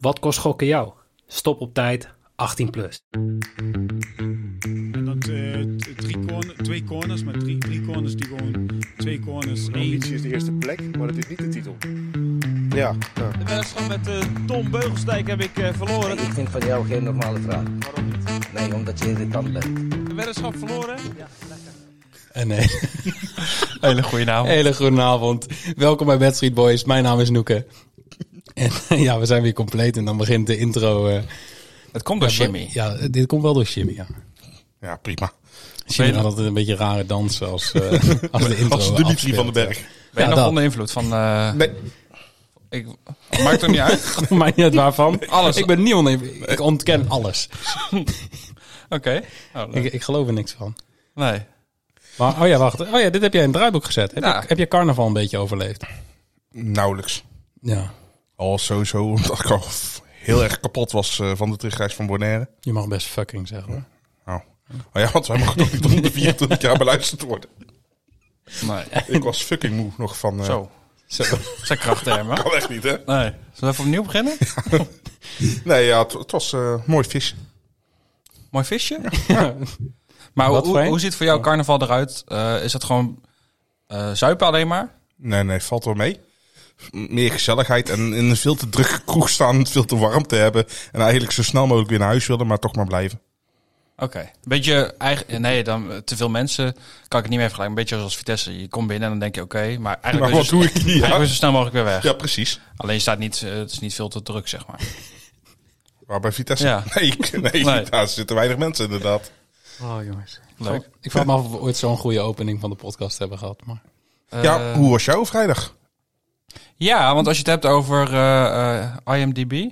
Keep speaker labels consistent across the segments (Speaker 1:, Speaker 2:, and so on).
Speaker 1: Wat kost gokken jou? Stop op tijd, 18 plus.
Speaker 2: En dat eh, t- drie corner, twee corners, maar drie, drie corners die gewoon twee corners.
Speaker 3: De
Speaker 2: één.
Speaker 3: ambitie is de eerste plek, maar dat is niet de titel. Ja, ja.
Speaker 4: De wedstrijd met eh, Tom Beugelsdijk heb ik eh, verloren.
Speaker 5: Ik vind van jou geen normale vraag.
Speaker 4: Waarom niet?
Speaker 5: Nee, omdat je irritant bent.
Speaker 4: De weddenschap verloren.
Speaker 6: En Eh, nee,
Speaker 7: Hele goede naam.
Speaker 6: hele goede avond. Welkom bij Bad Street Boys. Mijn naam is Noeke. En ja, we zijn weer compleet en dan begint de intro. eh,
Speaker 7: Het komt door Jimmy.
Speaker 6: Ja, dit komt wel door Jimmy, ja.
Speaker 8: Ja, prima.
Speaker 6: Jimmy
Speaker 7: Ben-
Speaker 6: had altijd een beetje rare dansen als, eh, als de intro
Speaker 8: Als Dimitri
Speaker 6: afspeelt,
Speaker 8: van den
Speaker 6: ja.
Speaker 8: Berg.
Speaker 7: Ben je
Speaker 6: Ja,
Speaker 7: nog
Speaker 6: dat.
Speaker 7: onder invloed van... eh,
Speaker 8: Nee,
Speaker 7: ik, maakt er niet uit.
Speaker 6: Maakt niet uit waarvan.
Speaker 7: Alles.
Speaker 6: Ik ben niet onder... Ik ontken alles.
Speaker 7: Oké. Oh, leuk.
Speaker 6: Ik, ik geloof er niks van.
Speaker 7: nee.
Speaker 6: Maar, oh ja, wacht. Oh ja, dit heb jij in het draaiboek gezet. Heb,
Speaker 7: Ja.
Speaker 6: je, heb je carnaval een beetje overleefd?
Speaker 8: nauwelijks.
Speaker 6: Ja.
Speaker 8: Al sowieso, omdat ik al f- heel erg kapot was eh, van de terugreis van Bonaire.
Speaker 6: Je mag best fucking zeggen hoor.
Speaker 8: Oh. oh ja, want wij mogen toch niet om de 24 jaar beluisterd worden.
Speaker 7: nee.
Speaker 8: Ik was fucking moe nog van... eh,
Speaker 7: Zo. Zo. Zijn krachttermen.
Speaker 8: Kan echt niet, hè?
Speaker 7: Nee. Zullen we even opnieuw beginnen?
Speaker 8: Nee, ja, het, het was eh, mooi vis.
Speaker 7: Mooi visje. Maar
Speaker 6: Wat
Speaker 7: hoe,
Speaker 6: voor
Speaker 7: hoe,
Speaker 6: een?
Speaker 7: hoe ziet voor jou carnaval eruit? Eh, is dat gewoon eh, zuipen alleen maar?
Speaker 8: Nee, nee, valt wel mee. M- Meer gezelligheid en in een veel te drukke kroeg staan, het veel te warm te hebben. En eigenlijk zo snel mogelijk weer naar huis willen, maar toch maar blijven.
Speaker 7: Oké. Beetje eigen... Nee, dan eh, te veel mensen kan ik het niet meer vergelijken. Een beetje zoals Vitesse. Je komt binnen en dan denk je oké. maar
Speaker 8: Maar
Speaker 7: eigenlijk wil
Speaker 8: wat
Speaker 7: je zo-
Speaker 8: doe ik hier?
Speaker 7: eigenlijk wil je
Speaker 8: Ja,
Speaker 7: zo snel mogelijk weer weg.
Speaker 8: ja precies.
Speaker 7: Alleen je staat niet, eh, het is niet veel te druk, zeg maar.
Speaker 8: Maar bij Vitesse?
Speaker 7: Ja.
Speaker 8: Nee, nee,
Speaker 7: Nee.
Speaker 8: daar zitten weinig mensen inderdaad.
Speaker 6: Oh jongens.
Speaker 7: Leuk.
Speaker 6: Ik vraag me af of we ooit zo'n goede opening van de podcast hebben gehad. Maar...
Speaker 7: Eh.
Speaker 8: Ja, hoe was jouw vrijdag?
Speaker 7: Ja, want als je het hebt over eh, eh, IMDb,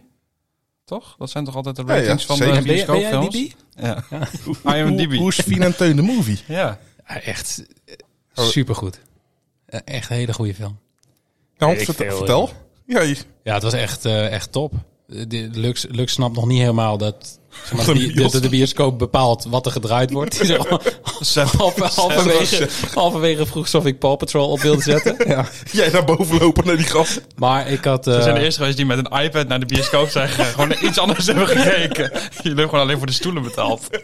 Speaker 7: toch? Dat zijn toch altijd de
Speaker 8: Ja, ja,
Speaker 7: ratings van
Speaker 8: zeker.
Speaker 7: de
Speaker 8: Ben
Speaker 6: jij- ben jij
Speaker 7: bioscoopfilms?
Speaker 6: DB?
Speaker 7: Ja.
Speaker 8: Hoe, hoe
Speaker 7: IMDb.
Speaker 8: is Fien en Teun de movie?
Speaker 7: Ja.
Speaker 6: echt Oh. supergoed. Eh, Echt een hele goede film.
Speaker 8: Nou,
Speaker 1: ik
Speaker 8: vertel.
Speaker 1: veel,
Speaker 8: vertel. Ja, je-
Speaker 6: Ja, het was echt, eh, echt top. Eh, de- Lux, Lux snapt nog niet helemaal dat, zeg maar,
Speaker 8: Wat een
Speaker 6: die- dat de,
Speaker 8: bioscoop.
Speaker 6: bioscoop bepaalt wat er gedraaid wordt. Die zo- half- halverwege, halverwege vroeg ze of ik Paw Patrol op wilde zetten. Ja.
Speaker 8: jij naar boven lopen naar die gast.
Speaker 6: Maar ik had...
Speaker 7: We
Speaker 6: eh,
Speaker 7: zijn de eerste geweest die met een iPad naar de bioscoop zijn gegaan. gewoon naar iets anders hebben gekeken. Jullie hebben gewoon alleen voor de stoelen betaald.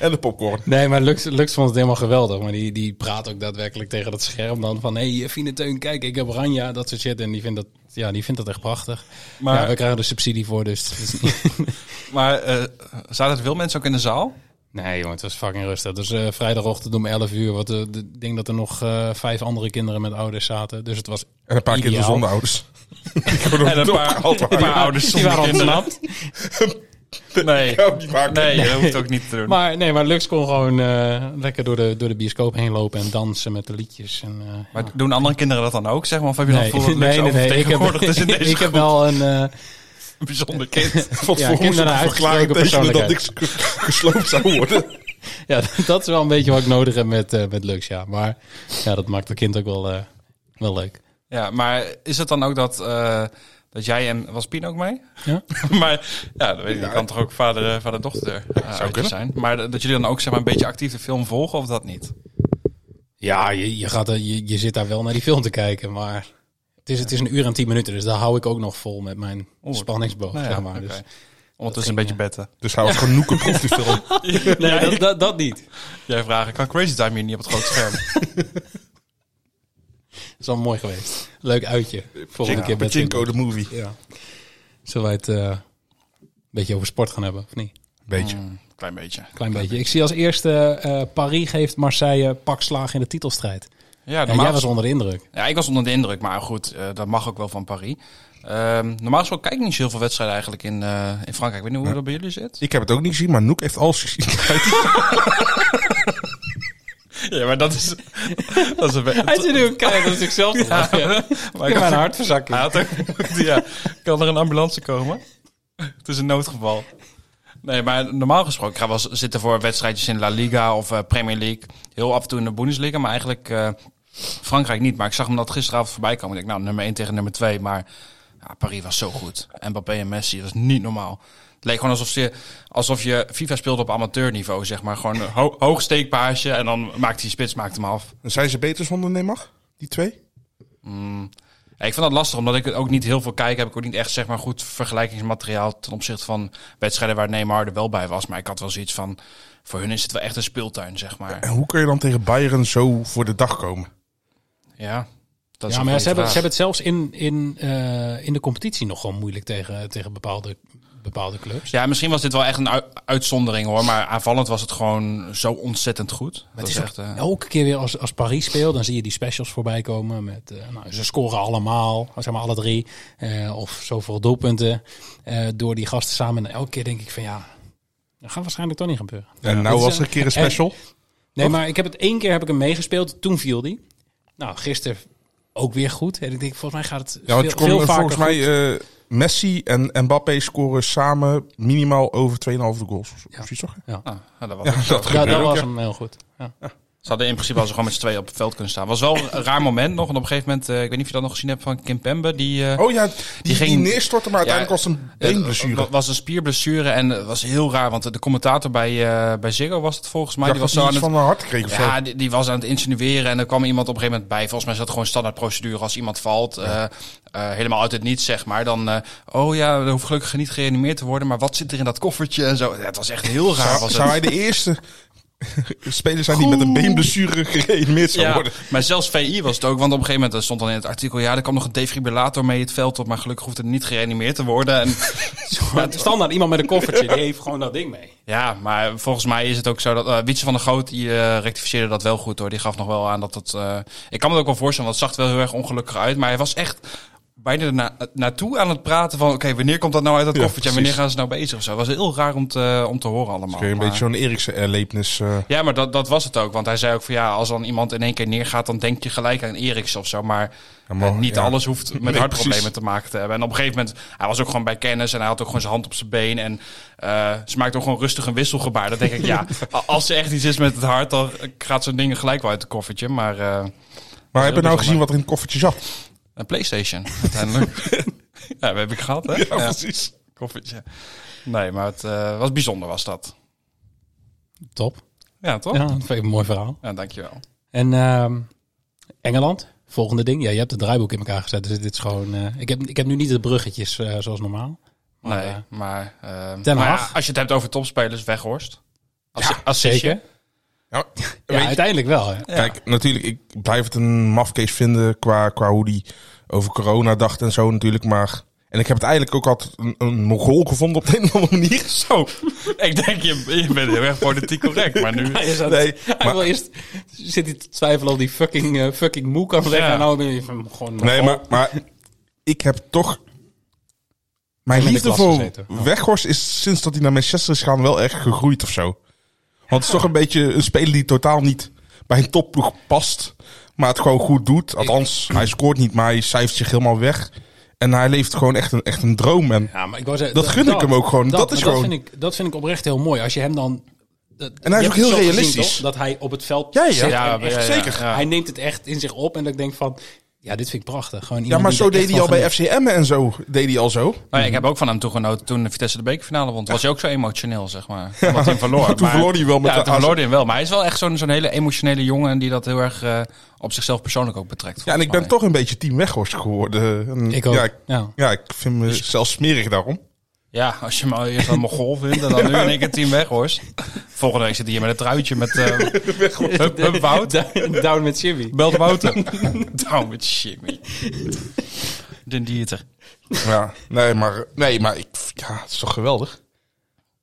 Speaker 8: En de popcorn.
Speaker 6: Nee, maar Lux, Lux vond het helemaal geweldig. Maar die, die praat ook daadwerkelijk tegen dat scherm dan van... Hé, hey, eh, Fine Teun, kijk, ik heb Oranje, dat soort shit. En die vindt dat, ja, die vindt dat echt prachtig. Maar
Speaker 7: Maar-
Speaker 6: ja, we krijgen er subsidie voor, dus... het is niet-
Speaker 7: Maar eh zaten er veel mensen ook in de zaal?
Speaker 6: nee, jongen, het was fucking rustig. Dus eh, vrijdagochtend om 11 uur. Wat, eh, de- ik denk dat er nog eh, vijf andere kinderen met ouders zaten. Dus het was...
Speaker 8: En een paar
Speaker 6: Ideaal.
Speaker 8: keer de zondeouders. Ik word
Speaker 7: En een
Speaker 8: ook
Speaker 7: paar,
Speaker 8: opgehaald.
Speaker 7: een paar ouders
Speaker 6: Die
Speaker 7: zonder
Speaker 6: waren
Speaker 7: kinderen.
Speaker 6: ontsnapt.
Speaker 7: Nee.
Speaker 8: Ja, die maken-
Speaker 7: Nee, dat hoeft ook niet te doen.
Speaker 6: Maar, nee, maar Lux kon gewoon eh, lekker door de, door de bioscoop heen lopen en dansen met de liedjes. En, eh,
Speaker 7: Maar doen andere kinderen dat dan ook, zeg maar? Of heb je dan
Speaker 6: Nee,
Speaker 7: voor dat
Speaker 6: nee,
Speaker 7: Lux
Speaker 6: nee, nee, Ik heb,
Speaker 7: oververtegenwoordigd is in deze
Speaker 6: ik heb
Speaker 7: groep?
Speaker 6: wel een... eh,
Speaker 7: Een bijzonder kind.
Speaker 8: Wat
Speaker 6: Ja,
Speaker 8: voor moest
Speaker 6: kinderen
Speaker 8: ik verklaren
Speaker 6: uitgesproken
Speaker 8: tekenen dat ik ge- gesloopt zou worden?
Speaker 6: Ja, dat is wel een beetje wat ik nodig heb met, eh, met Lux, ja. Maar ja, dat maakt het kind ook wel, eh, wel leuk.
Speaker 7: Ja, maar is het dan ook dat, eh, dat jij en... Was Pien ook mee?
Speaker 6: Ja.
Speaker 7: maar ja, dat weet ik, dat kan toch ook vader, eh, vader-dochter eh, uitjes
Speaker 8: kunnen.
Speaker 7: zijn. Maar dat dat jullie dan ook zeg maar, een beetje actief de film volgen of dat niet?
Speaker 6: Ja, je, je, gaat, er- je, je zit daar wel naar die film te kijken, maar het is, het is een uur en tien minuten. Dus daar hou ik ook nog vol met mijn spanningsboog,
Speaker 7: Nou ja,
Speaker 6: zeg maar.
Speaker 7: oké.
Speaker 6: Dus,
Speaker 7: Ondertussen een
Speaker 6: ging,
Speaker 7: beetje betten.
Speaker 8: Dus hij was gewoon Noeke proef die film.
Speaker 6: nee, dat, dat, dat niet.
Speaker 7: Jij vraagt, kan Crazy Time hier niet op het grote scherm?
Speaker 6: Dat is wel mooi geweest. Leuk uitje. Volgende
Speaker 8: Ja,
Speaker 6: keer met
Speaker 8: Pachinko, de movie.
Speaker 6: Ja. Zullen wij het eh, een beetje over sport gaan hebben, of niet?
Speaker 8: Beetje.
Speaker 6: Mm.
Speaker 7: Klein beetje.
Speaker 6: Klein beetje. Ik zie als eerste eh Paris geeft Marseille pak slaag in de titelstrijd.
Speaker 7: Ja,
Speaker 6: En jij
Speaker 7: normaal
Speaker 6: was onder de indruk.
Speaker 7: Ja, ik was onder de indruk, maar goed, eh, dat mag ook wel van Paris. Ehm, normaal gesproken kijk ik niet zo heel veel wedstrijden eigenlijk in, eh, in Frankrijk. Ik weet niet hoe dat bij jullie zit.
Speaker 8: Ik heb het ook niet gezien, maar Noek heeft alles gezien.
Speaker 7: Ja, maar dat is... dat is een be-
Speaker 6: Hij zit nu een keihard op zichzelf te lachen.
Speaker 7: maar
Speaker 6: Ik
Speaker 7: ik
Speaker 6: heb
Speaker 7: had,
Speaker 6: mijn hart verzakt.
Speaker 7: hij had ook- ja, kan er een ambulance komen? Het is een noodgeval. Nee, maar normaal gesproken ik ga wel eens zitten voor wedstrijdjes in La Liga of eh, Premier League. Heel af en toe in de Bundesliga, maar eigenlijk eh, Frankrijk niet. Maar ik zag hem dat gisteravond voorbij komen. Ik dacht, nou, nummer 1 tegen nummer 2. Maar ja, Paris was zo goed. Mbappé en Messi, dat was niet normaal. Het leek gewoon alsof je, alsof je FIFA speelde op amateurniveau, zeg maar. Gewoon een ho- hoog steekpaasje en dan maakt die spits maakt hem af.
Speaker 8: Zijn ze beter zonder Neymar? Die twee?
Speaker 7: Ja, ik vind dat lastig, omdat ik het ook niet heel veel kijk. Heb ik ook niet echt zeg maar, goed vergelijkingsmateriaal ten opzichte van wedstrijden waar Neymar er wel bij was. Maar ik had wel zoiets van, voor hun is het wel echt een speeltuin, zeg maar.
Speaker 8: En hoe kun je dan tegen Bayern zo voor de dag komen?
Speaker 7: Ja, dat is
Speaker 6: Ja,
Speaker 7: een goede
Speaker 6: maar ze
Speaker 7: vraag.
Speaker 6: hebben, ze hebben het zelfs in, in, eh, in de competitie nog gewoon moeilijk tegen, tegen bepaalde, bepaalde clubs.
Speaker 7: Ja, misschien was dit wel echt een ui- uitzondering hoor. Maar aanvallend was het gewoon zo ontzettend goed. dat is echt... eh,
Speaker 6: Elke keer weer als, als Paris speelt, dan zie je die specials voorbij komen. Met, eh, nou, ze scoren allemaal, zeg maar alle drie. eh, of zoveel doelpunten eh, door die gasten samen. En elke keer denk ik van ja, dat gaat waarschijnlijk toch niet gebeuren.
Speaker 8: En nou
Speaker 6: Dit is
Speaker 8: was er een keer een special.
Speaker 6: Nee, maar ik heb het één keer heb ik hem meegespeeld. Toen viel die. Nou, gisteren ook weer goed. En ik denk, volgens mij gaat het
Speaker 8: Ja, want je
Speaker 6: veel,
Speaker 8: kon
Speaker 6: veel
Speaker 8: eh,
Speaker 6: vaker
Speaker 8: volgens mij
Speaker 6: goed.
Speaker 8: eh, Messi en Mbappé scoren samen minimaal over 2,5 de goals. Of zoiets, toch?
Speaker 7: nou, ja, dat was
Speaker 8: Ja, dat
Speaker 6: ja,
Speaker 8: gebeurt
Speaker 6: dat
Speaker 8: ook,
Speaker 6: was
Speaker 8: ja.
Speaker 6: hem heel goed. Ja.
Speaker 7: Ze hadden in principe al ze gewoon met z'n tweeën op het veld kunnen staan. Was wel een raar moment nog. En op een gegeven moment, eh, ik weet niet of je dat nog gezien hebt van Kim Pembe. Die, eh,
Speaker 8: Oh ja, die, die,
Speaker 7: ging-
Speaker 8: neerstortte, maar uiteindelijk was het een
Speaker 7: eh,
Speaker 8: beenblessure.
Speaker 7: wa- was een spierblessure en het was heel raar. Want de commentator bij, eh, bij Ziggo was het volgens mij.
Speaker 8: Ik
Speaker 7: die
Speaker 8: dacht
Speaker 7: was
Speaker 8: dat
Speaker 7: zo
Speaker 8: hij
Speaker 7: aan
Speaker 8: iets
Speaker 7: het,
Speaker 8: van een hart kreeg of zo.
Speaker 7: ja, die, die was aan het insinueren. En er kwam iemand op een gegeven moment bij. Volgens mij is dat gewoon standaard procedure. Als iemand valt, eh, eh, helemaal uit het niets zeg maar. Dan, eh, oh ja, er hoeft gelukkig niet gereanimeerd te worden. Maar wat zit er in dat koffertje en zo. Ja, het was echt heel raar.
Speaker 8: Zou,
Speaker 7: Was
Speaker 8: zou
Speaker 7: het.
Speaker 8: hij de eerste speler zijn die met een beenblessure gereanimeerd zou
Speaker 7: Ja,
Speaker 8: worden?
Speaker 7: maar zelfs VI was het ook. Want op een gegeven moment eh, stond dan in het artikel... ja, er kwam nog een defibrillator mee het veld op... maar gelukkig hoeft het niet gereanimeerd te worden. En,
Speaker 6: Maar standaard iemand met een koffertje, die heeft gewoon dat ding mee.
Speaker 7: ja, maar volgens mij is het ook zo dat... eh Wietse van der Goot, die eh, rectificeerde dat wel goed hoor. Die gaf nog wel aan dat dat... eh, ik kan me het ook wel voorstellen, want het zag er wel heel erg ongelukkig uit. Maar hij was echt bijna erna- naartoe aan het praten van... oké, wanneer komt dat nou uit dat
Speaker 8: Ja,
Speaker 7: koffertje en wanneer
Speaker 8: precies.
Speaker 7: gaan ze nou bezig? of Zo was heel raar om te, om te horen allemaal.
Speaker 8: Kun je een
Speaker 7: Maar-
Speaker 8: beetje zo'n Eriksen-erlevenis... eh,
Speaker 7: Ja, maar dat, dat was het ook. Want hij zei ook van ja, als dan iemand in één keer neergaat, dan denk je gelijk aan Eriksen of zo. Maar,
Speaker 8: maar,
Speaker 7: eh, niet
Speaker 8: ja.
Speaker 7: alles hoeft met
Speaker 8: Nee,
Speaker 7: hartproblemen
Speaker 8: precies.
Speaker 7: te maken te hebben. En op een gegeven moment, hij was ook gewoon bij kennis en hij had ook gewoon zijn hand op zijn been. En eh, ze maakte ook gewoon rustig een wisselgebaar. Dan denk ik ja, a- als er echt iets is met het hart, dan gaat zo'n ding gelijk wel uit het koffertje. Maar eh,
Speaker 8: maar heb je nou
Speaker 7: bijzonder.
Speaker 8: gezien wat er in het koffertje zat?
Speaker 7: een Playstation uiteindelijk. ja, dat heb ik gehad hè. Ja,
Speaker 8: precies.
Speaker 7: koffertje. Nee, maar het eh, was bijzonder was dat.
Speaker 6: Top.
Speaker 7: Ja, toch?
Speaker 6: Ja,
Speaker 7: Ja,
Speaker 6: dat vind ik een mooi verhaal.
Speaker 7: dankjewel.
Speaker 6: En ehm, Engeland, volgende ding. Ja, je hebt het draaiboek in elkaar gezet, dus dit is gewoon... eh, ik, heb, ik heb nu niet de bruggetjes eh, zoals normaal. Maar,
Speaker 7: Nee,
Speaker 6: eh,
Speaker 7: maar, ehm,
Speaker 6: Den
Speaker 7: maar ja,
Speaker 6: Haag?
Speaker 7: als je het hebt over topspelers, Weghorst. Als, als
Speaker 6: Zeker.
Speaker 8: Ja,
Speaker 6: Ja, uiteindelijk wel. hè.
Speaker 8: Kijk, natuurlijk, ik blijf het een mafcase vinden qua, qua hoe die over corona dacht en zo natuurlijk, maar... En ik heb het eigenlijk ook altijd een, een Mongool gevonden op de een of andere manier.
Speaker 7: Zo, Oh, ik denk je, je bent heel erg politiek correct, maar nu...
Speaker 6: Hij, is aan het-
Speaker 8: Nee,
Speaker 6: hij
Speaker 8: maar-
Speaker 6: wil eerst zit hij te twijfelen of die fucking, eh, fucking moe kan leggen.
Speaker 7: Ja.
Speaker 6: En nou ben je van, gewoon...
Speaker 8: Nee, maar, maar ik heb toch... Mijn
Speaker 6: in de
Speaker 8: liefde
Speaker 6: klas
Speaker 8: voor
Speaker 6: gezeten.
Speaker 8: Weghorst is sinds dat hij naar Manchester is gegaan wel echt gegroeid of zo. Want het is toch een beetje een speler die totaal niet bij een topploeg past. Maar het gewoon goed doet. Althans, hij scoort niet, maar hij cijfert zich helemaal weg. En hij leeft gewoon echt een, echt een droom. En,
Speaker 6: Ja, maar ik wou zeggen,
Speaker 8: Dat gun ik hem ook gewoon. Dat is
Speaker 6: maar
Speaker 8: gewoon-
Speaker 6: vind ik, dat vind ik oprecht heel mooi. Als je hem dan... dat- je
Speaker 8: is
Speaker 6: hebt
Speaker 8: ook
Speaker 6: het
Speaker 8: heel
Speaker 6: zo gezien,
Speaker 8: realistisch.
Speaker 6: toch? dat hij op het veld
Speaker 8: Ja, ja.
Speaker 6: zit en
Speaker 7: Ja,
Speaker 6: echt-
Speaker 7: ja, ja,
Speaker 8: zeker.
Speaker 7: ja.
Speaker 6: Hij neemt het echt in zich op. En dat ik denk van... Ja, dit vind ik prachtig. Gewoon
Speaker 8: ja,
Speaker 6: iemand
Speaker 8: maar
Speaker 6: die
Speaker 8: zo
Speaker 6: er
Speaker 8: deed
Speaker 6: echt
Speaker 8: hij al
Speaker 6: van
Speaker 8: bij
Speaker 6: geniet.
Speaker 8: FCM en zo. Deed hij al zo.
Speaker 7: Nou ja, ik heb ook van hem toegenoten toen de Vitesse de bekerfinale won. Toen was hij ook zo emotioneel, zeg maar. Omdat hij hem verloor.
Speaker 8: toen verloor hij wel met
Speaker 7: ja,
Speaker 8: de
Speaker 7: toen
Speaker 8: AZ.
Speaker 7: verloor hij hem wel. Maar hij is wel echt zo'n zo'n hele emotionele jongen die dat heel erg eh, op zichzelf persoonlijk ook betrekt.
Speaker 8: Ja, en ik
Speaker 7: volgens
Speaker 8: ben toch een beetje team Weghorst geworden. En
Speaker 6: Ik ook.
Speaker 8: Ja, ik,
Speaker 6: Ja. Dus-
Speaker 8: ja, ik vind me zelfs smerig daarom.
Speaker 7: mij. Ja, als je hem al eerst een mogol vindt en dan nu in één keer team Weghorst. Volgende week zit hij hier met een truitje met... eh hup, hup, Wout.
Speaker 6: Down met Jimmy.
Speaker 7: Belt Wouter. Down met Jimmy. Den Dieter.
Speaker 8: Ja, nee, maar, nee, maar ik, ja, het is toch geweldig?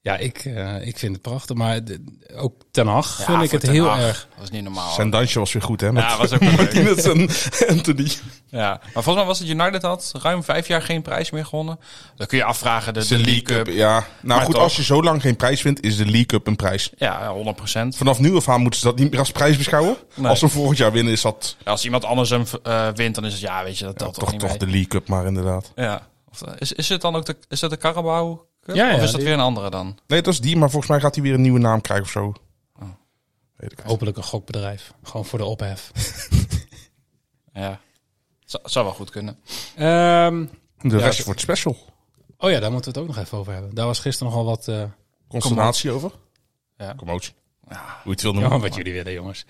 Speaker 6: Ja, ik, eh, ik vind het prachtig. Maar de- ook Ten Hag
Speaker 7: Ja,
Speaker 6: vind ik
Speaker 7: voor
Speaker 6: het
Speaker 7: Ten
Speaker 6: heel
Speaker 7: Hag.
Speaker 6: erg.
Speaker 7: Dat is niet normaal.
Speaker 8: Zijn dansje was weer goed, hè? Met
Speaker 7: Oh. Ja, was ook leuk.
Speaker 8: Martinez en Anthony.
Speaker 7: ja. Maar volgens mij was het United had ruim vijf jaar geen prijs meer gewonnen. Dan kun je afvragen, de, de League Cup.
Speaker 8: ja. Nou goed,
Speaker 7: toch.
Speaker 8: als je zo lang geen prijs wint, is de League Cup een prijs.
Speaker 7: Ja, 100 procent.
Speaker 8: Vanaf nu af aan moeten ze dat niet meer als prijs beschouwen.
Speaker 7: Nee.
Speaker 8: Als ze volgend jaar winnen, is dat
Speaker 7: Als iemand anders hem eh, wint, dan is het ja, weet je, dat telt
Speaker 8: toch,
Speaker 7: toch,
Speaker 8: toch
Speaker 7: niet
Speaker 8: de
Speaker 7: mee.
Speaker 8: League Cup maar, inderdaad.
Speaker 7: Ja. Of, eh, Is, is het dan ook de, is dat de Carabao Cup?
Speaker 6: Ja, ja,
Speaker 7: of is dat
Speaker 6: die-
Speaker 7: weer een andere dan?
Speaker 8: Nee, dat is die, maar volgens mij gaat hij weer een nieuwe naam krijgen of zo.
Speaker 7: Oh.
Speaker 8: Weet ik eigenlijk.
Speaker 6: Hopelijk een gokbedrijf. Gewoon voor de ophef.
Speaker 7: Ja. Zou, zou wel goed kunnen.
Speaker 6: Ehm,
Speaker 8: De
Speaker 6: Ja,
Speaker 8: rest
Speaker 6: dat-
Speaker 8: wordt special.
Speaker 6: oh ja, daar moeten we het ook nog even over hebben. Daar was gisteren nogal wat... eh,
Speaker 8: Consternatie over?
Speaker 7: Ja.
Speaker 8: Commotie. Hoe je het wil
Speaker 6: Ja,
Speaker 8: noemen.
Speaker 6: wat jullie willen, jongens.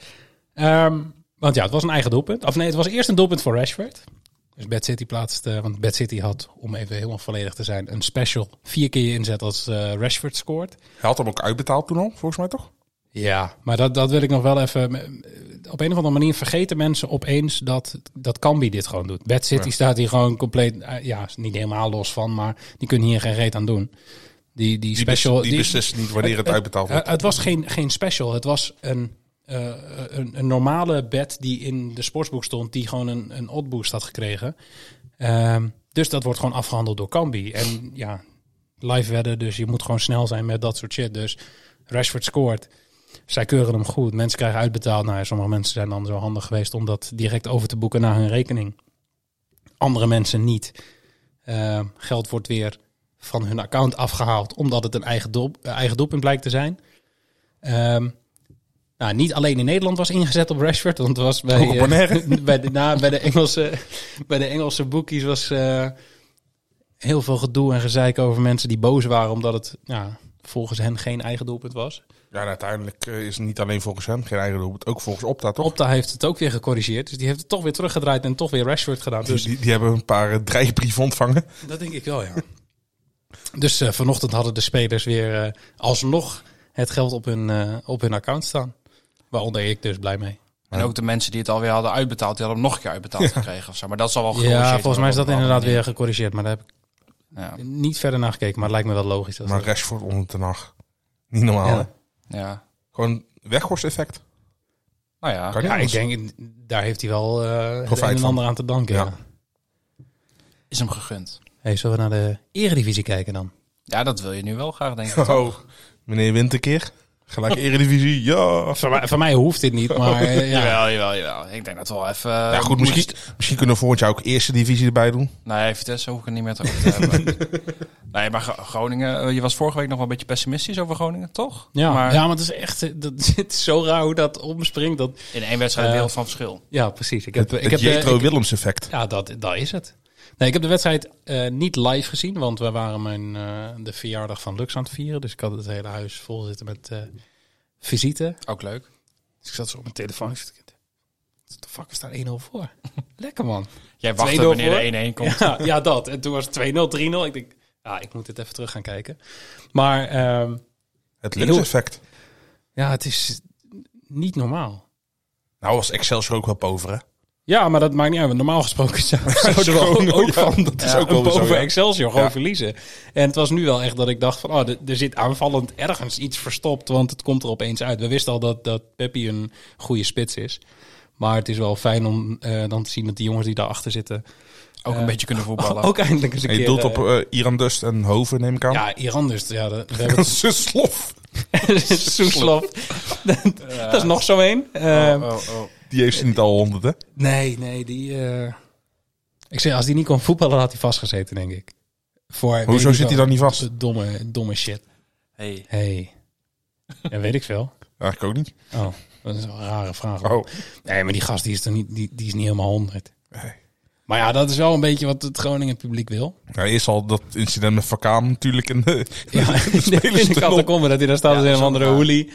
Speaker 6: Ehm, want ja, het was een eigen doelpunt. Of nee, het was eerst een doelpunt voor Rashford. Eh, Dus Bad City plaatst, eh, want Bad City had, om even helemaal volledig te zijn, een special vier keer je inzet als eh, Rashford scoort.
Speaker 8: Hij had hem ook uitbetaald toen al, volgens mij toch?
Speaker 6: Ja, maar dat, dat wil ik nog wel even. eh, Op een of andere manier vergeten mensen opeens dat, dat Cambi dit gewoon doet. Bad City staat hier gewoon compleet, eh, ja, is niet helemaal los van, maar die kunnen hier geen reet aan doen. Die, die
Speaker 8: Die, bes-
Speaker 6: special.
Speaker 8: die beslist niet wanneer het uitbetaald
Speaker 6: Eh,
Speaker 8: wordt.
Speaker 6: het was geen, geen special, het was een, eh, een, een normale bet die in de sportsboek stond, die gewoon een, een oddboost had gekregen. Ehm, dus dat wordt gewoon afgehandeld door Cambi. En ja, live wedden, dus je moet gewoon snel zijn met dat soort shit. Dus Rashford scoort. Zij keuren hem goed. Mensen krijgen uitbetaald. Nou, ja, sommige mensen zijn dan zo handig geweest om dat direct over te boeken naar hun rekening. Andere mensen niet. Ehm, geld wordt weer van hun account afgehaald omdat het een eigen, doel, eh, eigen doelpunt blijkt te zijn. Ehm, nou, niet alleen in Nederland was ingezet op Rashford, want het was bij,
Speaker 8: Ook op
Speaker 6: eh,
Speaker 8: Bonaire.
Speaker 6: bij, de, nou, bij, de Engelse, bij de Engelse boekies was eh, heel veel gedoe en gezeik over mensen die boos waren omdat het ja, volgens hen geen eigen doelpunt was.
Speaker 8: Ja, en uiteindelijk eh, is het niet alleen volgens hem geen eigen doelpunt, ook volgens Opta toch?
Speaker 6: Opta heeft het ook weer gecorrigeerd, dus die heeft het toch weer teruggedraaid en toch weer Rashford gedaan.
Speaker 8: Dus
Speaker 6: Dus
Speaker 8: die, die hebben een paar eh, dreigbrieven ontvangen.
Speaker 6: Dat denk ik wel, ja. Dus eh, vanochtend hadden de spelers weer eh, alsnog het geld op hun, eh, op hun account staan. Waaronder ik dus blij mee.
Speaker 7: En ook de mensen die het alweer hadden uitbetaald, die hadden hem nog een keer uitbetaald gekregen of zo. Maar dat zal wel gecorrigeerd
Speaker 6: Ja, volgens mij is dat
Speaker 7: worden op
Speaker 6: inderdaad
Speaker 7: een
Speaker 6: weer gecorrigeerd. Maar daar heb
Speaker 7: andere manier.
Speaker 6: ik niet verder naar gekeken. Maar het lijkt me wel logisch. Dat
Speaker 8: Maar
Speaker 6: dat-
Speaker 8: Rashford onder de nacht. Niet normaal,
Speaker 6: Ja.
Speaker 8: hè?
Speaker 7: Ja. ja.
Speaker 8: Gewoon weghorst-effect.
Speaker 7: Nou ja.
Speaker 8: Kan niet
Speaker 6: ja, ik
Speaker 8: anders.
Speaker 6: denk, daar heeft hij wel eh het
Speaker 8: Profijt
Speaker 6: een en
Speaker 8: van.
Speaker 6: ander aan te danken. Ja.
Speaker 8: Ja.
Speaker 7: is hem gegund.
Speaker 6: Hey, zullen we naar de eredivisie kijken dan?
Speaker 7: Ja, dat wil je nu wel graag, denk ik.
Speaker 8: Oh, meneer Winterkeer. Gelijk Eredivisie, ja.
Speaker 6: Voor mij, voor mij hoeft dit niet, maar eh, ja.
Speaker 7: Jawel, jawel, jawel. Ik denk dat we wel even... eh,
Speaker 8: Ja, goed, misschien, misschien kunnen we volgend jaar ook Eerste Divisie erbij doen.
Speaker 7: Nee, Vitesse hoef ik het niet meer te over te hebben. nee, maar Gro- Groningen... eh, Je was vorige week nog wel een beetje pessimistisch over Groningen, toch?
Speaker 6: Ja,
Speaker 7: Maar
Speaker 6: maar, ja, maar het is echt eh, dat, het is zo raar hoe dat omspringt. Dat,
Speaker 7: in één wedstrijd
Speaker 6: Eh,
Speaker 7: wereld van verschil.
Speaker 6: ja, precies. Ik heb, ik
Speaker 8: het
Speaker 6: heb, eh,
Speaker 8: Jetro
Speaker 6: ik-
Speaker 8: Willems effect.
Speaker 6: Ja, dat, dat is het. Nee, ik heb de wedstrijd eh, niet live gezien, want we waren mijn, eh, de verjaardag van Lux aan het vieren. Dus ik had het hele huis vol zitten met eh, visite.
Speaker 7: Ook leuk.
Speaker 6: Dus ik zat zo op mijn telefoon. Ik zat, What the fuck is daar 1-0 voor? Lekker man.
Speaker 7: Jij
Speaker 6: 2-0
Speaker 7: wachtte wanneer
Speaker 6: voor.
Speaker 7: de 1-1 komt.
Speaker 6: Ja, ja, dat. En toen was het 2-0, 3-0. Ik denk, ja, ik moet dit even terug gaan kijken. Maar ehm,
Speaker 8: Het Links
Speaker 6: heel-
Speaker 8: effect.
Speaker 6: ja, het is niet normaal.
Speaker 8: Nou was Excelsior ook wel pover, hè?
Speaker 6: Ja, maar dat maakt niet uit. want normaal gesproken zou zou er ook, ook van dat
Speaker 8: is ook wel weer zo,
Speaker 6: boven
Speaker 8: ja.
Speaker 6: Excelsior gewoon
Speaker 8: Ja.
Speaker 6: verliezen. En het was nu wel echt dat ik dacht van, oh, er- er zit aanvallend ergens iets verstopt, want het komt er opeens uit. We wisten al dat, dat Peppi een goede spits is. Maar het is wel fijn om eh, dan te zien dat die jongens die daarachter zitten
Speaker 7: Ook een beetje kunnen voetballen.
Speaker 6: Oh, ook eindelijk eens een
Speaker 8: En je
Speaker 6: keer...
Speaker 8: doelt op
Speaker 6: eh,
Speaker 8: eh, Iran Dust en Hoven, neem ik aan.
Speaker 6: ja, Iran dus. Ja, dat- we hebben
Speaker 8: Suslof.
Speaker 6: het Soeslof. dat, dat is nog zo één. Eh,
Speaker 7: Oh, oh.
Speaker 8: Die heeft ze niet al honderd, hè?
Speaker 6: Nee, nee, die. eh, Ik zeg, als die niet kon voetballen, had hij vastgezeten, denk ik. Voor, weet ik
Speaker 8: Hoezo
Speaker 6: niet
Speaker 8: zit hij
Speaker 6: wel,
Speaker 8: dan niet vast?
Speaker 6: Domme, domme shit.
Speaker 7: Hey.
Speaker 6: Hey. Ja, weet ik veel.
Speaker 8: Eigenlijk ook niet.
Speaker 6: Oh, dat is wel een rare vraag. hoor.
Speaker 8: Oh,
Speaker 6: Nee, maar die gast die is, toch niet, die, die is niet helemaal 100.
Speaker 8: Nee.
Speaker 6: Maar ja, dat is wel een beetje wat het Groningen publiek wil.
Speaker 8: ja, Nou, eerst al dat incident met Vakkaan natuurlijk. En, eh,
Speaker 6: Ja,
Speaker 8: spelers
Speaker 6: in de
Speaker 8: tunnel.
Speaker 6: komen dat hij daar staat als
Speaker 7: dat
Speaker 6: een
Speaker 7: is
Speaker 6: andere
Speaker 7: ook waar.
Speaker 6: hoelie.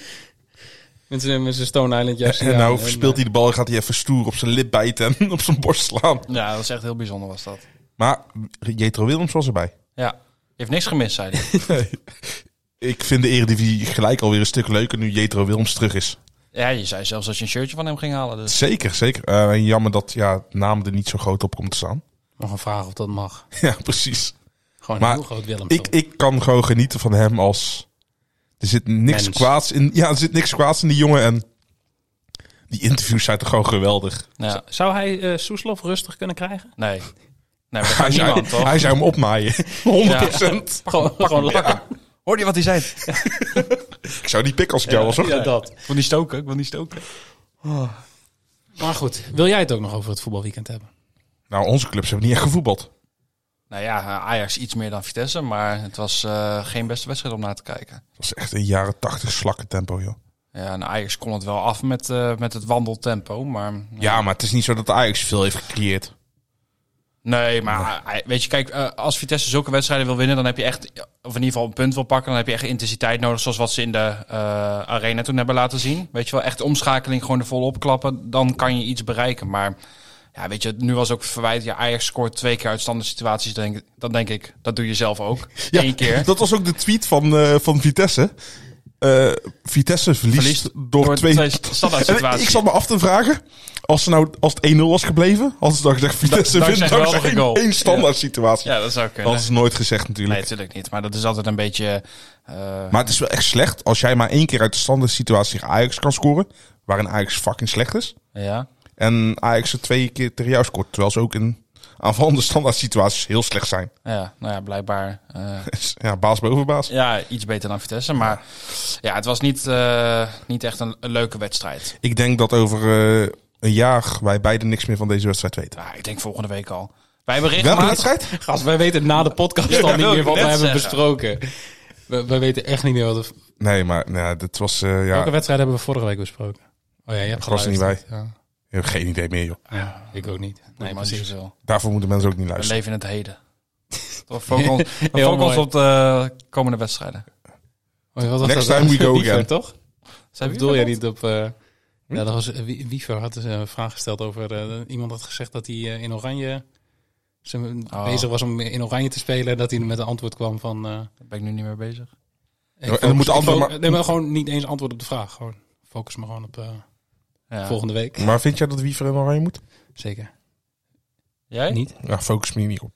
Speaker 6: Met zijn met zijn Stone Island jasje.
Speaker 8: en
Speaker 6: aan
Speaker 8: nou verspeelt
Speaker 6: eh,
Speaker 8: hij de bal en gaat hij even stoer op zijn lip bijten en op zijn borst slaan.
Speaker 7: Ja, dat is echt heel bijzonder was dat.
Speaker 8: Maar Jetro Willems was erbij.
Speaker 7: Ja. Je heeft niks gemist, zei hij.
Speaker 8: Ik vind de Eredivisie gelijk alweer een stuk leuker nu Jetro Willems terug is.
Speaker 7: Ja, je zei zelfs dat je een shirtje van hem ging halen. Dus.
Speaker 8: Zeker, zeker. Eh, en jammer dat ja, de naam er niet zo groot op komt te staan.
Speaker 6: Nog een vraag of dat mag.
Speaker 8: Ja, precies.
Speaker 6: Gewoon
Speaker 8: Maar
Speaker 6: een heel groot Willem.
Speaker 8: Ik, ik kan gewoon genieten van hem als... Er zit niks
Speaker 6: Mens.
Speaker 8: kwaads in. Ja, er zit niks kwaads in die jongen. En die interviews zijn toch gewoon geweldig.
Speaker 7: nou Ja.
Speaker 6: Zou hij eh Soeslof rustig kunnen krijgen?
Speaker 7: Nee. Nee, maar dat
Speaker 8: Hij
Speaker 7: kan
Speaker 8: zou,
Speaker 7: niemand, toch?
Speaker 8: hij zou hem opmaaien. 100%.
Speaker 6: Gewoon, gewoon lachen.
Speaker 7: Hoorde je wat hij zei?
Speaker 8: Ik zou die pik als ik jou was, hoor.
Speaker 6: Ja, dat.
Speaker 7: Ik wil niet stoken, ik wil niet stoken.
Speaker 6: Maar goed, wil jij het ook nog over het voetbalweekend hebben?
Speaker 8: Nou, onze clubs hebben niet echt gevoetbald.
Speaker 7: Nou ja, Ajax iets meer dan Vitesse, maar het was eh, geen beste wedstrijd om naar te kijken.
Speaker 8: Dat was echt een jaren tachtig slakken tempo, joh.
Speaker 7: Ja, en Ajax kon het wel af met, eh, met het wandeltempo, maar...
Speaker 8: Ja, maar het is niet zo dat Ajax veel heeft gecreëerd.
Speaker 7: Nee, maar eh, weet je, kijk, eh, als Vitesse zulke wedstrijden wil winnen, dan heb je echt, of in ieder geval een punt wil pakken, dan heb je echt intensiteit nodig, zoals wat ze in de eh, arena toen hebben laten zien. Weet je wel, echt omschakeling, gewoon er volop klappen, dan kan je iets bereiken. Maar Ja, weet je, nu was ook verwijt. Ja, Ajax scoort twee keer uit standaard situaties. Dan denk, dan denk ik, dat doe je zelf ook.
Speaker 8: Ja,
Speaker 7: Eén keer.
Speaker 8: Dat was ook de tweet van, eh, van Vitesse. Eh, Vitesse verliest,
Speaker 7: Verliest
Speaker 8: door,
Speaker 7: door
Speaker 8: twee...
Speaker 7: twee standaard
Speaker 8: En
Speaker 7: situaties.
Speaker 8: Ik zat me af te vragen, als, ze nou, als het 1-0 was gebleven, hadden ze dan gezegd Vitesse
Speaker 7: dankzij
Speaker 8: wint
Speaker 7: een
Speaker 8: dankzij
Speaker 7: geweldige
Speaker 8: één,
Speaker 7: goal.
Speaker 8: één standaard situatie.
Speaker 7: Ja, dat zou kunnen.
Speaker 8: dat is nooit gezegd natuurlijk.
Speaker 7: Nee, natuurlijk niet. Maar dat is altijd een beetje... eh,
Speaker 8: Maar het is wel echt slecht als jij maar één keer uit de standaard situatie tegen Ajax kan scoren, waarin Ajax fucking slecht is.
Speaker 7: ja.
Speaker 8: En Ajax er twee keer tegen jou scoort, terwijl ze ook in aanvallende standaard situaties heel slecht zijn. Dus,
Speaker 7: ja, nou ja, blijkbaar... eh,
Speaker 8: ja, baas boven baas.
Speaker 7: ja, iets beter dan Vitesse. Maar ja, het was niet, eh, niet echt een, een leuke wedstrijd.
Speaker 8: Ik denk dat over eh, een jaar wij beiden niks meer van deze wedstrijd weten.
Speaker 7: Ja, ik denk volgende week al. Wij hebben
Speaker 8: Welke
Speaker 7: regelmatig...
Speaker 8: wedstrijd?
Speaker 6: Gast, wij weten na de podcast al
Speaker 7: dat
Speaker 6: niet
Speaker 7: wil
Speaker 6: meer
Speaker 7: ik
Speaker 6: wat we
Speaker 7: net
Speaker 6: hebben
Speaker 7: zeggen.
Speaker 6: besproken. We, wij weten echt niet meer wat we...
Speaker 8: Nee, maar nou, ja, dit was... eh, ja,
Speaker 6: Welke wedstrijd hebben we vorige week besproken? Oh ja, je hebt
Speaker 8: Ik was er niet
Speaker 6: geluisterd. Ja.
Speaker 8: ik heb geen idee meer, joh.
Speaker 6: Ja, ik ook niet. Nee,
Speaker 7: Nee, maar
Speaker 6: precies.
Speaker 7: zoveel.
Speaker 8: Daarvoor moeten mensen ook niet
Speaker 7: We
Speaker 8: luisteren.
Speaker 7: leven in het heden. We focussen ons- we
Speaker 6: Heel
Speaker 7: focussen ons
Speaker 6: mooi.
Speaker 7: op de komende wedstrijden.
Speaker 6: Oh, ja, wat was
Speaker 8: Next
Speaker 6: dat?
Speaker 8: time we go
Speaker 6: Wiever,
Speaker 8: again. Hm?
Speaker 6: toch?
Speaker 7: Zijn
Speaker 6: bedoel jij niet op... eh, ja, dat was, eh, Wie- Wiever had dus een vraag gesteld over... eh, iemand had gezegd dat hij eh, in Oranje... zijn-
Speaker 7: Oh.
Speaker 6: bezig was om in Oranje te spelen. Dat hij met een antwoord kwam van... eh,
Speaker 7: Daar ben ik nu niet meer bezig.
Speaker 6: ik
Speaker 8: dan
Speaker 6: focus-
Speaker 8: moet de
Speaker 6: ik
Speaker 8: ander
Speaker 6: fo-
Speaker 8: maar-
Speaker 6: Nee, maar gewoon niet eens antwoord op de vraag. Gewoon focus maar gewoon op eh,
Speaker 7: Ja.
Speaker 6: volgende week.
Speaker 8: Maar vind jij dat Wiever in oranje moet?
Speaker 6: Zeker.
Speaker 7: Jij?
Speaker 6: Niet?
Speaker 8: Ja, focus me niet op.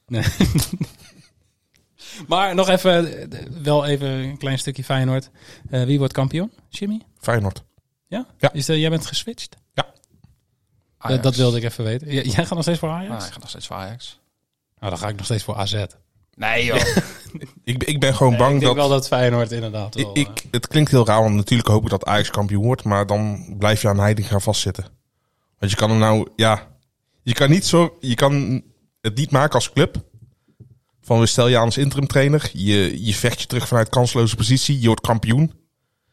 Speaker 6: Maar nog even, eh, wel even een klein stukje Feyenoord. Eh, wie wordt kampioen? Jimmy?
Speaker 8: Feyenoord.
Speaker 6: Ja?
Speaker 8: Ja.
Speaker 6: Is dat, jij bent geswitcht?
Speaker 7: Ajax.
Speaker 6: Eh, dat wilde ik even weten. J- jij gaat nog steeds voor Ajax?
Speaker 7: Ah, ik ga nog steeds voor Ajax.
Speaker 6: Nou, dan ga ik nog steeds voor AZ.
Speaker 7: Nee joh.
Speaker 8: Ik, ik ben gewoon bang
Speaker 6: ik denk
Speaker 8: dat...
Speaker 6: wel dat Feyenoord inderdaad wel... eh,
Speaker 8: ik, ik- het klinkt heel raar, want natuurlijk hoop ik dat Ajax kampioen wordt. Maar dan blijf je aan Heiding gaan vastzitten. Want je kan hem nou... Ja, je kan, niet zo, je kan het niet maken als club. Van we stel je aan als interim trainer. Je, je vecht je terug vanuit kansloze positie. Je wordt kampioen.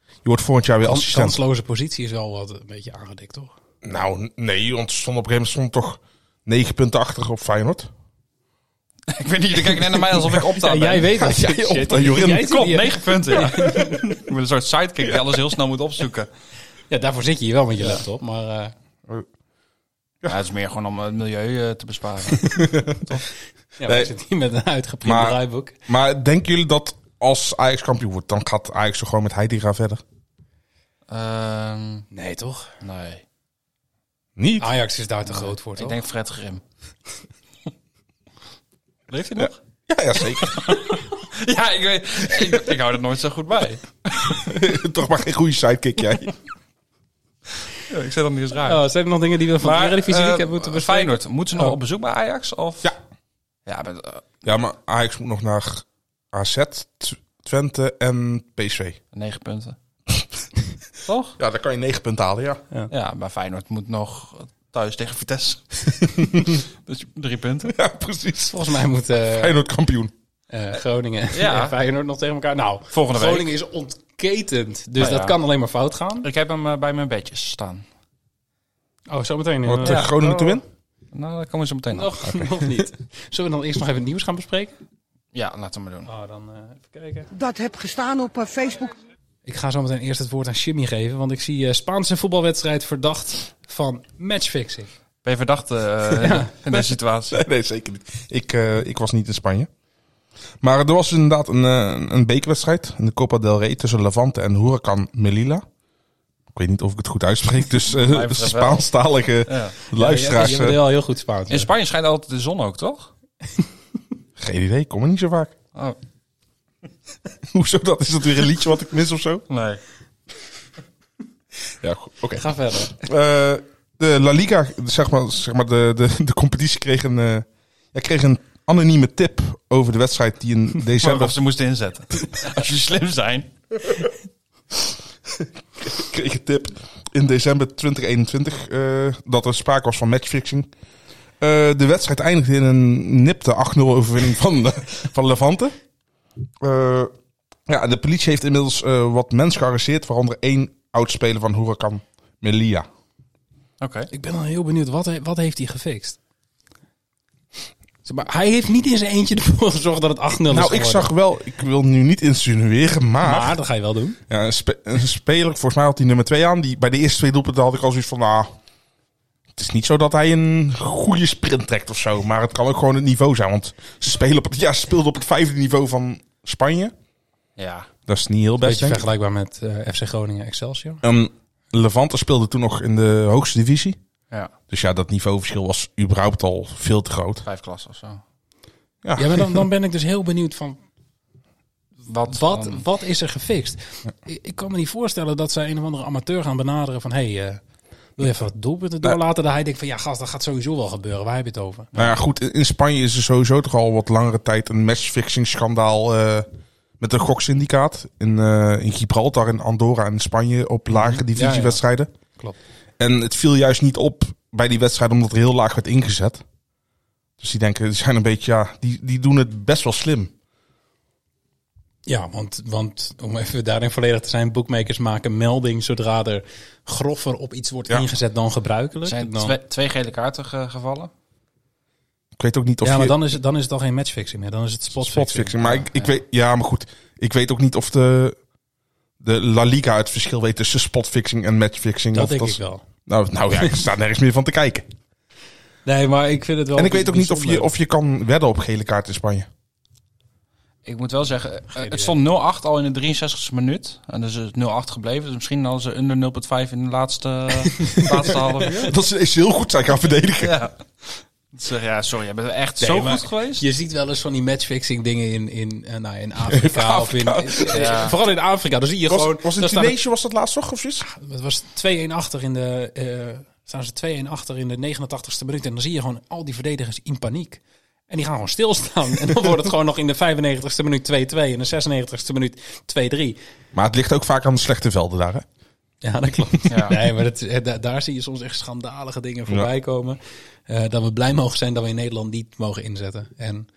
Speaker 8: Je wordt volgend jaar weer
Speaker 6: Kans-
Speaker 8: assistent.
Speaker 6: kansloze positie is wel wat een beetje aangedikt, toch?
Speaker 8: Nou, n- nee, want ze stonden op een gegeven moment stond toch 9 punten achter op Feyenoord.
Speaker 7: ik weet niet, jullie kijken net naar mij alsof ik opta
Speaker 6: Ja,
Speaker 7: ben.
Speaker 6: jij weet dat.
Speaker 8: jij
Speaker 6: Shit.
Speaker 8: op dan, Jorin?
Speaker 6: Jij zit
Speaker 7: Klopt,
Speaker 6: hier-
Speaker 7: 9 punten. Ja. ik ben een soort sidekick die alles heel snel moet opzoeken.
Speaker 6: Ja, daarvoor zit je hier wel met je laptop. Maar eh,
Speaker 7: Ja, het is meer gewoon om het milieu eh, te besparen.
Speaker 6: ja,
Speaker 8: Nee.
Speaker 6: we zitten hier met een uitgeprint
Speaker 8: Maar-
Speaker 6: draaiboek.
Speaker 8: Maar denken jullie dat als Ajax kampioen wordt, dan gaat Ajax toch gewoon met Heidinga verder?
Speaker 7: Ehm,
Speaker 6: Nee, toch?
Speaker 7: nee.
Speaker 8: Niet.
Speaker 6: Ajax is daar te groot voor, toch?
Speaker 7: Ik denk Fred Grim. Leeft hij nog?
Speaker 8: Ja, ja zeker.
Speaker 7: Ja, ik weet. Ik, ik hou er nooit zo goed bij.
Speaker 8: toch maar geen goede sidekick jij.
Speaker 7: Ja, ik zet dat niet eens raar.
Speaker 6: Oh, zijn er nog dingen die we van de Eredivisie
Speaker 7: eh,
Speaker 6: League hebben moeten bespreken?
Speaker 7: Feyenoord, moeten ze nog
Speaker 6: Oh.
Speaker 7: op bezoek bij Ajax? Of?
Speaker 8: Ja.
Speaker 7: Ja, maar, eh,
Speaker 8: Ja, maar Ajax moet nog naar AZ, Tw- Twente en PSV.
Speaker 7: negen punten. Toch?
Speaker 8: Ja, daar kan je 9 punten halen, ja.
Speaker 7: Ja, maar Feyenoord moet nog thuis tegen Vitesse. dus drie punten.
Speaker 8: Ja, precies.
Speaker 6: Volgens mij moet eh,
Speaker 8: Feyenoord kampioen.
Speaker 6: eh, Groningen
Speaker 7: Ja.
Speaker 6: en Feyenoord nog tegen elkaar. Nou,
Speaker 7: Volgende week.
Speaker 6: Groningen is ontketend. Dus
Speaker 8: Ah,
Speaker 7: Nou ja.
Speaker 6: dat kan alleen maar fout gaan.
Speaker 7: Ik heb hem eh, bij mijn bedjes staan.
Speaker 6: Oh, zometeen. eh,
Speaker 8: Wordt
Speaker 6: ja.
Speaker 8: eh, Groningen te winnen?
Speaker 7: Nou, daar komen we zo meteen op.
Speaker 6: Nog, nog niet. Zullen we dan eerst nog even het nieuws gaan bespreken?
Speaker 7: Ja, laten we maar doen.
Speaker 6: Oh, dan eh, even kijken.
Speaker 9: dat heb gestaan op eh, Facebook.
Speaker 6: Ik ga zo meteen eerst het woord aan Jimmy geven. Want ik zie eh, Spaanse voetbalwedstrijd verdacht van matchfixing.
Speaker 7: Ben je verdacht eh, in deze situatie?
Speaker 8: Nee, nee, zeker niet. Ik, eh, ik was niet in Spanje. Maar er was inderdaad een, eh, een beekwedstrijd in de Copa del Rey tussen Levante en Huracan Melilla. Ik weet niet of ik het goed uitspreek, dus eh,
Speaker 7: mij betreft wel.
Speaker 8: Spaanstalige
Speaker 7: Ja.
Speaker 8: luisteraars.
Speaker 6: Je bent
Speaker 8: eh,
Speaker 6: wel heel goed Spaans.
Speaker 7: In Spanje schijnt altijd de zon ook, toch?
Speaker 8: geen idee, kom er niet zo vaak.
Speaker 7: Oh,
Speaker 8: Hoezo dat? Is dat weer een liedje wat ik mis of zo?
Speaker 7: nee.
Speaker 8: Ja, goed, oké.
Speaker 6: Ga verder.
Speaker 8: Eh, de La Liga, zeg maar, zeg maar de, de, de competitie kreeg een, eh, ja, kreeg een anonieme tip over de wedstrijd die in
Speaker 7: Of
Speaker 8: december
Speaker 7: ze moesten inzetten. Als jullie slim zijn.
Speaker 8: kreeg een tip in december 2021 eh, dat er sprake was van matchfixing. Eh, de wedstrijd eindigde in een nipte 8-0 overwinning van, eh, van Levante. Eh, ja, de politie heeft inmiddels eh, wat mensen gearresteerd, waaronder één oudspeler van Huracan Melia.
Speaker 7: Oké.
Speaker 6: Ik ben dan heel benieuwd, wat, he- wat heeft hij gefixt? Zeg Maar hij heeft niet in zijn eentje ervoor gezorgd dat het 8-0 is
Speaker 8: Nou, ik
Speaker 6: geworden.
Speaker 8: zag wel, ik wil nu niet insinueren, maar
Speaker 6: Maar dat ga je wel doen.
Speaker 8: Ja, een, spe- een speler, volgens mij had hij nummer 2 aan. Die, bij de eerste twee doelpunten had ik al zoiets van, nou, Het is niet zo dat hij een goede sprint trekt of zo. Maar het kan ook gewoon het niveau zijn. Want ze spelen op het, ja, ze speelden op het vijfde niveau van Spanje.
Speaker 7: Ja.
Speaker 8: Dat is niet heel best,
Speaker 6: Beetje
Speaker 8: denk ik.
Speaker 6: vergelijkbaar met eh, FC Groningen Excelsior.
Speaker 8: Ehm, Levante speelde toen nog in de hoogste divisie.
Speaker 7: Ja,
Speaker 8: Dus ja, dat niveauverschil was überhaupt al veel te groot.
Speaker 7: vijf klassen of zo.
Speaker 8: Ja,
Speaker 6: Ja, maar dan, dan ben ik dus heel benieuwd van
Speaker 7: Wat?
Speaker 6: wat,
Speaker 7: dan?
Speaker 6: wat is er gefixt? Ik, ik kan me niet voorstellen dat zij een of andere amateur gaan benaderen van hé, hey, eh, wil je even wat doelpunten doorlaten? Dat hij denkt van ja, gast, dat gaat sowieso wel gebeuren. Waar heb je het over?
Speaker 8: Nou ja, goed, in- in Spanje is er sowieso toch al wat langere tijd een matchfixing schandaal eh, met een goksyndicaat. In, eh, in Gibraltar, in Andorra en in Spanje op lage divisiewedstrijden.
Speaker 6: Mhm. Klopt.
Speaker 8: En het viel juist niet op bij die wedstrijd omdat er heel laag werd ingezet. Dus die denken, die zijn een beetje, ja, die, die doen het best wel slim.
Speaker 6: Ja, want, want om even daarin volledig te zijn, boekmakers maken melding zodra er groffer op iets wordt
Speaker 8: Ja.
Speaker 6: ingezet dan gebruikelijk.
Speaker 7: Er zijn
Speaker 6: dan,
Speaker 7: twee, twee gele kaarten ge- gevallen.
Speaker 8: Ik weet ook niet of
Speaker 6: ja,
Speaker 8: je-
Speaker 6: maar dan is, het, dan is het al geen matchfixing meer. Dan is het spotfixing.
Speaker 8: spotfixing. Maar ik, ik weet, ja, maar goed, ik weet ook niet of de, de La Liga het verschil weet tussen spotfixing en matchfixing.
Speaker 6: Dat
Speaker 8: of
Speaker 6: denk
Speaker 8: dat-
Speaker 6: ik wel.
Speaker 8: Nou, nou ja, ik sta nergens meer van te kijken.
Speaker 6: Nee, maar ik vind het wel...
Speaker 8: En ik weet ook niet of je,
Speaker 6: bijzonder.
Speaker 8: of je kan wedden op gele kaart in Spanje.
Speaker 7: Ik moet wel zeggen, eh,
Speaker 6: idee.
Speaker 7: het stond 0-8 al in de 63ste minuut. En dus is het 0-8 gebleven. Dus misschien hadden ze onder 0.5 in de laatste, laatste half uur.
Speaker 8: Dat ze eens heel goed zijn gaan verdedigen.
Speaker 7: Ja. Dus, eh, ja, sorry, je bent echt
Speaker 6: Nee,
Speaker 7: zo
Speaker 6: maar-
Speaker 7: goed geweest.
Speaker 6: Je ziet wel eens van die matchfixing dingen in, in, eh, nou, in Afrika. Of in,
Speaker 7: Ja.
Speaker 6: Vooral in Afrika. Dan zie je
Speaker 8: Was,
Speaker 6: gewoon...
Speaker 8: was in
Speaker 6: dan staan er-
Speaker 8: Tunesië was dat laatst toch of zoiets?
Speaker 6: Het was 2-1 achter in de... eh, staan ze 2-1 achter in de 89ste minuut. En dan zie je gewoon al die verdedigers in paniek. En die gaan gewoon stilstaan. En dan wordt het gewoon nog in de 95ste minuut 2-2. En de 96ste minuut 2-3.
Speaker 8: Maar het ligt ook vaak aan de slechte velden daar. Hè?
Speaker 6: Ja, dat klopt.
Speaker 7: Ja.
Speaker 6: Nee, maar dat, eh, da- daar zie je soms echt schandalige dingen voorbij komen. Eh, dat we blij mogen zijn dat we in Nederland niet mogen inzetten. En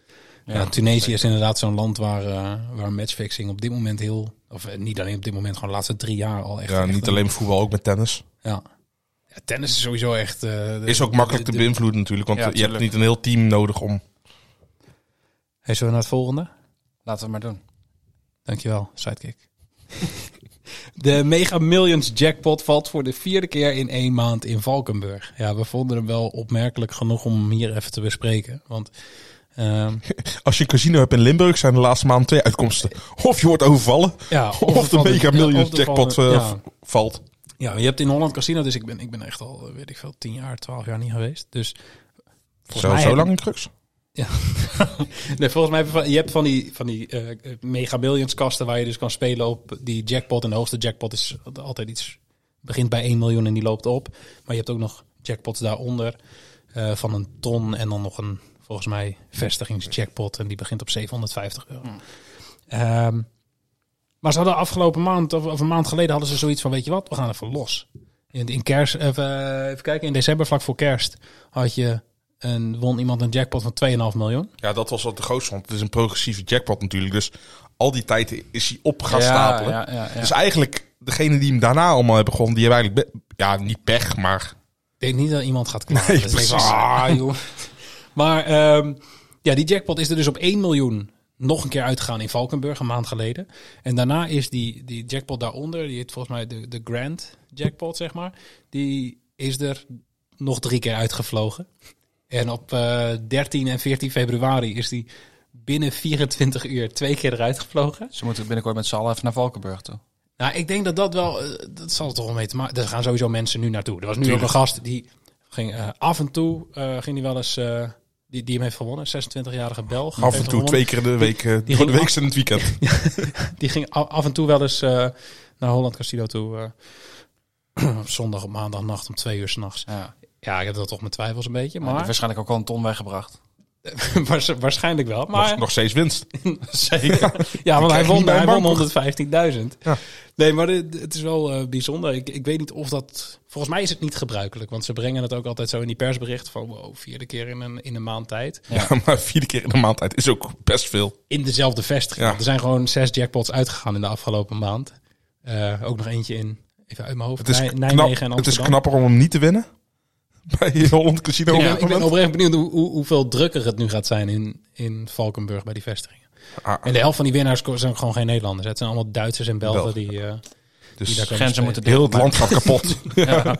Speaker 6: ja, Tunesië is inderdaad zo'n land waar, eh, waar matchfixing op dit moment heel... Of eh, niet alleen op dit moment, gewoon de laatste drie jaar al echt...
Speaker 8: Ja,
Speaker 6: echt
Speaker 8: niet
Speaker 6: een-
Speaker 8: alleen voetbal, ook met tennis.
Speaker 6: Ja. Ja, Tennis is sowieso echt... eh, de-
Speaker 8: Is ook makkelijk
Speaker 6: de-
Speaker 8: te
Speaker 6: de-
Speaker 8: beïnvloeden natuurlijk, want
Speaker 7: Ja,
Speaker 8: eh, je hebt
Speaker 7: tuurlijk.
Speaker 8: niet een heel team nodig om...
Speaker 6: Hey, zullen we naar het volgende?
Speaker 7: Laten we maar doen.
Speaker 6: Dankjewel, sidekick. De Mega Millions jackpot valt voor de vierde keer in één maand in Valkenburg. Ja, we vonden hem wel opmerkelijk genoeg om hem hier even te bespreken. Want ehm,
Speaker 8: Als je een casino hebt in Limburg, zijn de laatste maand twee uitkomsten. Of je wordt overvallen,
Speaker 6: ja,
Speaker 8: of,
Speaker 6: het
Speaker 8: de
Speaker 6: valt-
Speaker 8: mega
Speaker 6: ja,
Speaker 8: millions
Speaker 6: of er
Speaker 8: jackpot
Speaker 6: valt-
Speaker 8: eh,
Speaker 6: ja.
Speaker 8: v- valt.
Speaker 6: Ja, je hebt in Holland Casino, dus ik ben, ik ben echt al, eh, weet ik veel, 10 jaar, 12 jaar niet geweest. Dus volgens
Speaker 8: Zo,
Speaker 6: mij
Speaker 8: zo
Speaker 6: heb-
Speaker 8: lang in crux.
Speaker 6: Nee, volgens mij heb je van, je hebt van die, van die eh, mega millions kasten waar je dus kan spelen op die jackpot. En de hoogste jackpot is altijd iets, begint bij 1 miljoen en die loopt op. Maar je hebt ook nog jackpots daaronder eh, van een ton en dan nog een, volgens mij, vestigingsjackpot. En die begint op 750 euro. Ehm, maar ze hadden afgelopen maand, of, of een maand geleden, hadden ze zoiets van, weet je wat, we gaan even los. In, in kerst, even, eh, even kijken, in december, vlak voor kerst, had je een, won iemand een jackpot van 2,5 miljoen.
Speaker 8: Ja, dat was wat de grootste, want het is een progressieve jackpot natuurlijk. Dus al die tijd is hij op gaan
Speaker 7: Ja,
Speaker 8: stapelen.
Speaker 7: ja, ja, ja.
Speaker 8: Dus eigenlijk, degene die hem daarna allemaal hebben gewonnen, die hebben eigenlijk... be- Ja, niet pech, maar...
Speaker 6: Ik denk niet dat iemand gaat klagen.
Speaker 8: Nee,
Speaker 6: Dus ik denk
Speaker 8: precies.
Speaker 6: van, ah, joh. Maar ehm, ja, die jackpot is er dus op 1 miljoen nog een keer uitgegaan in Valkenburg een maand geleden. En daarna is die, die jackpot daaronder, die heet volgens mij de, de Grand Jackpot, zeg maar. Die is er nog drie keer uitgevlogen. En op eh, 13 en 14 februari is die binnen 24 uur twee keer eruit gevlogen.
Speaker 7: Ze moeten binnenkort met z'n allen even naar Valkenburg toe.
Speaker 6: Nou, ik denk dat dat wel, eh, dat zal er toch wel mee te maken. Er gaan sowieso mensen nu naartoe. Er was nu ook een gast die ging eh, af en toe, eh, ging die wel eens, eh, die, die hem heeft gewonnen, 26-jarige Belg.
Speaker 8: Af en
Speaker 6: heeft
Speaker 8: toe
Speaker 6: gewonnen.
Speaker 8: twee keer in de week, eh,
Speaker 6: die
Speaker 8: door de
Speaker 6: ging
Speaker 8: week en het weekend.
Speaker 6: Die ging a- af en toe wel eens eh, naar Holland Casino toe. eh, op zondag, op maandagnacht om twee uur s'nachts.
Speaker 7: Ja.
Speaker 6: Ja, ik heb dat toch mijn twijfels een beetje,
Speaker 7: Maar
Speaker 6: maar
Speaker 7: waarschijnlijk ook al een ton weggebracht.
Speaker 6: waars- waarschijnlijk wel.
Speaker 8: Maar...
Speaker 6: Maar
Speaker 8: Nog steeds winst.
Speaker 6: Zeker. Ja, want hij
Speaker 8: krijg je
Speaker 6: won,
Speaker 8: niet bij
Speaker 6: hij
Speaker 8: een
Speaker 6: won
Speaker 8: bank,
Speaker 6: 115.000.
Speaker 8: Ja.
Speaker 6: Nee, maar dit- het is wel eh, bijzonder. Ik, ik weet niet of dat... Volgens mij is het niet gebruikelijk. Want ze brengen het ook altijd zo in die persbericht van... Wow, vierde keer in een, in een maand tijd.
Speaker 8: Ja. maar vier keer in de maand uit is ook best veel.
Speaker 6: In dezelfde vestiging.
Speaker 8: Ja.
Speaker 6: Er zijn gewoon zes jackpots uitgegaan in de afgelopen maand. Eh, ook nog eentje in... Even uit mijn hoofd.
Speaker 8: Het is,
Speaker 6: Nij-
Speaker 8: knap-
Speaker 6: Nijmegen en Amsterdam.
Speaker 8: het is knapper om hem niet te winnen. Bij Holland Casino. op
Speaker 6: Ik ben,
Speaker 8: dit
Speaker 6: ik ben
Speaker 8: moment.
Speaker 6: oprecht benieuwd hoe, hoe- hoeveel drukker het nu gaat zijn in, in Valkenburg bij die vestigingen.
Speaker 8: Ah,
Speaker 6: En de helft van die winnaars ko- zijn gewoon geen Nederlanders. hè. Het zijn allemaal Duitsers en Belgen
Speaker 8: Belgen,
Speaker 6: die, eh, die daar
Speaker 8: dus
Speaker 6: komen
Speaker 7: Grenzen
Speaker 6: spelen.
Speaker 7: moeten
Speaker 8: heel het land gaat kapot.
Speaker 7: Ja.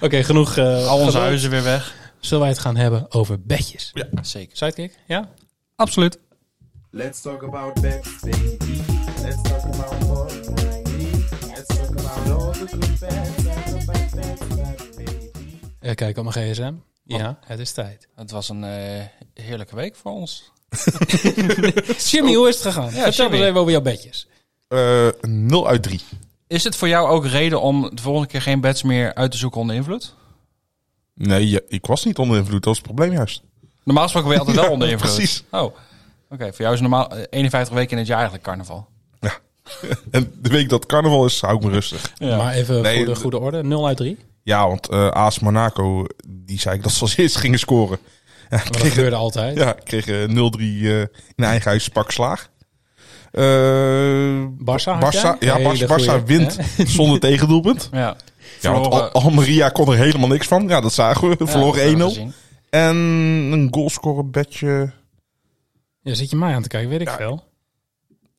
Speaker 6: Oké, genoeg. eh,
Speaker 7: Al onze
Speaker 6: gelul.
Speaker 7: huizen weer weg.
Speaker 6: Zullen wij het gaan hebben over bedjes?
Speaker 7: Zeker.
Speaker 6: Sidekick? Ja? Absoluut.
Speaker 10: Let's talk about bets, baby. Let's talk about money. Let's talk about all the good bets. and the bad bets, bad baby.
Speaker 6: Eh, kijk op mijn gsm. Ja, het is tijd.
Speaker 7: Het was een eh, heerlijke week voor ons.
Speaker 6: Oh. Jimmy, hoe is het gegaan? Vertel
Speaker 7: Jimmy.
Speaker 6: eens even over jouw bedjes.
Speaker 8: Eh 0 uit 3.
Speaker 7: Is het voor jou ook reden om de volgende keer geen bets meer uit te zoeken onder invloed?
Speaker 8: Nee, ja, ik was niet onder invloed. Dat was het probleem juist.
Speaker 7: Normaal gesproken ben je altijd wel
Speaker 8: Ja,
Speaker 7: onder invloed.
Speaker 8: precies.
Speaker 7: Oh, oké. Voor jou is normaal eh, 51 weken in het jaar eigenlijk carnaval.
Speaker 8: En de week dat carnaval is, hou ik me rustig.
Speaker 6: Maar even
Speaker 8: Nee,
Speaker 6: voor de
Speaker 8: d-
Speaker 6: goede orde. 0 uit 3.
Speaker 8: Ja, want eh AS Monaco, die zei ik dat ze als eerst gingen scoren. Ja,
Speaker 6: Maar dat gebeurde altijd.
Speaker 8: Ja, ik kreeg eh, 0-3 eh, in eigen huis pak slaag. Eh,
Speaker 6: Barça had jij?
Speaker 8: Barça, ja,
Speaker 6: Hele
Speaker 8: Bars-
Speaker 6: goeie,
Speaker 8: Barça wint zonder tegendoelpunt.
Speaker 7: Ja.
Speaker 8: Ja, want
Speaker 7: Verloren-
Speaker 8: Al- Almeria kon er helemaal niks van. Ja, dat zagen we.
Speaker 7: Ja, dat hebben we
Speaker 8: Verloren 1-0.
Speaker 7: gezien.
Speaker 8: En een goalscorer bedje.
Speaker 6: Ja, zit je mij aan te kijken, weet ik veel.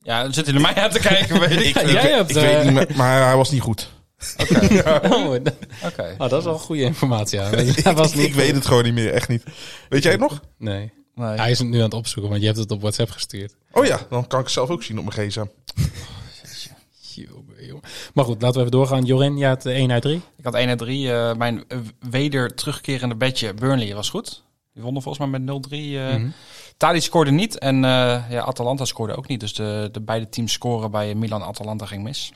Speaker 7: Ja, dan zitten jullie mij aan te kijken, weet ik.
Speaker 6: Ja, jij hebt...
Speaker 8: Ik
Speaker 6: eh,
Speaker 8: weet niet meer, maar hij was niet goed.
Speaker 6: oh, d-
Speaker 7: Oké.
Speaker 6: ah, dat is wel goede informatie. Ja. Hij was niet
Speaker 8: Ik weet het gewoon niet meer, echt niet. Weet jij het nog?
Speaker 6: Nee.
Speaker 7: Nee.
Speaker 6: Hij is het nu aan het opzoeken, want je hebt het op WhatsApp gestuurd.
Speaker 8: Oh ja, dan kan ik het zelf ook zien op mijn gsm.
Speaker 6: Jongen, jongen. Maar goed, laten we even doorgaan. Jorin, jij had eh, 1 uit 3.
Speaker 7: Ik had 1 uit 3. eh, mijn eh, weder terugkerende bedje Burnley was goed. Die wonnen volgens mij met 0-3. eh Tadic scoorde niet en eh, ja, Atalanta scoorde ook niet. Dus de, de beide teams scoren bij Milan en Atalanta ging mis.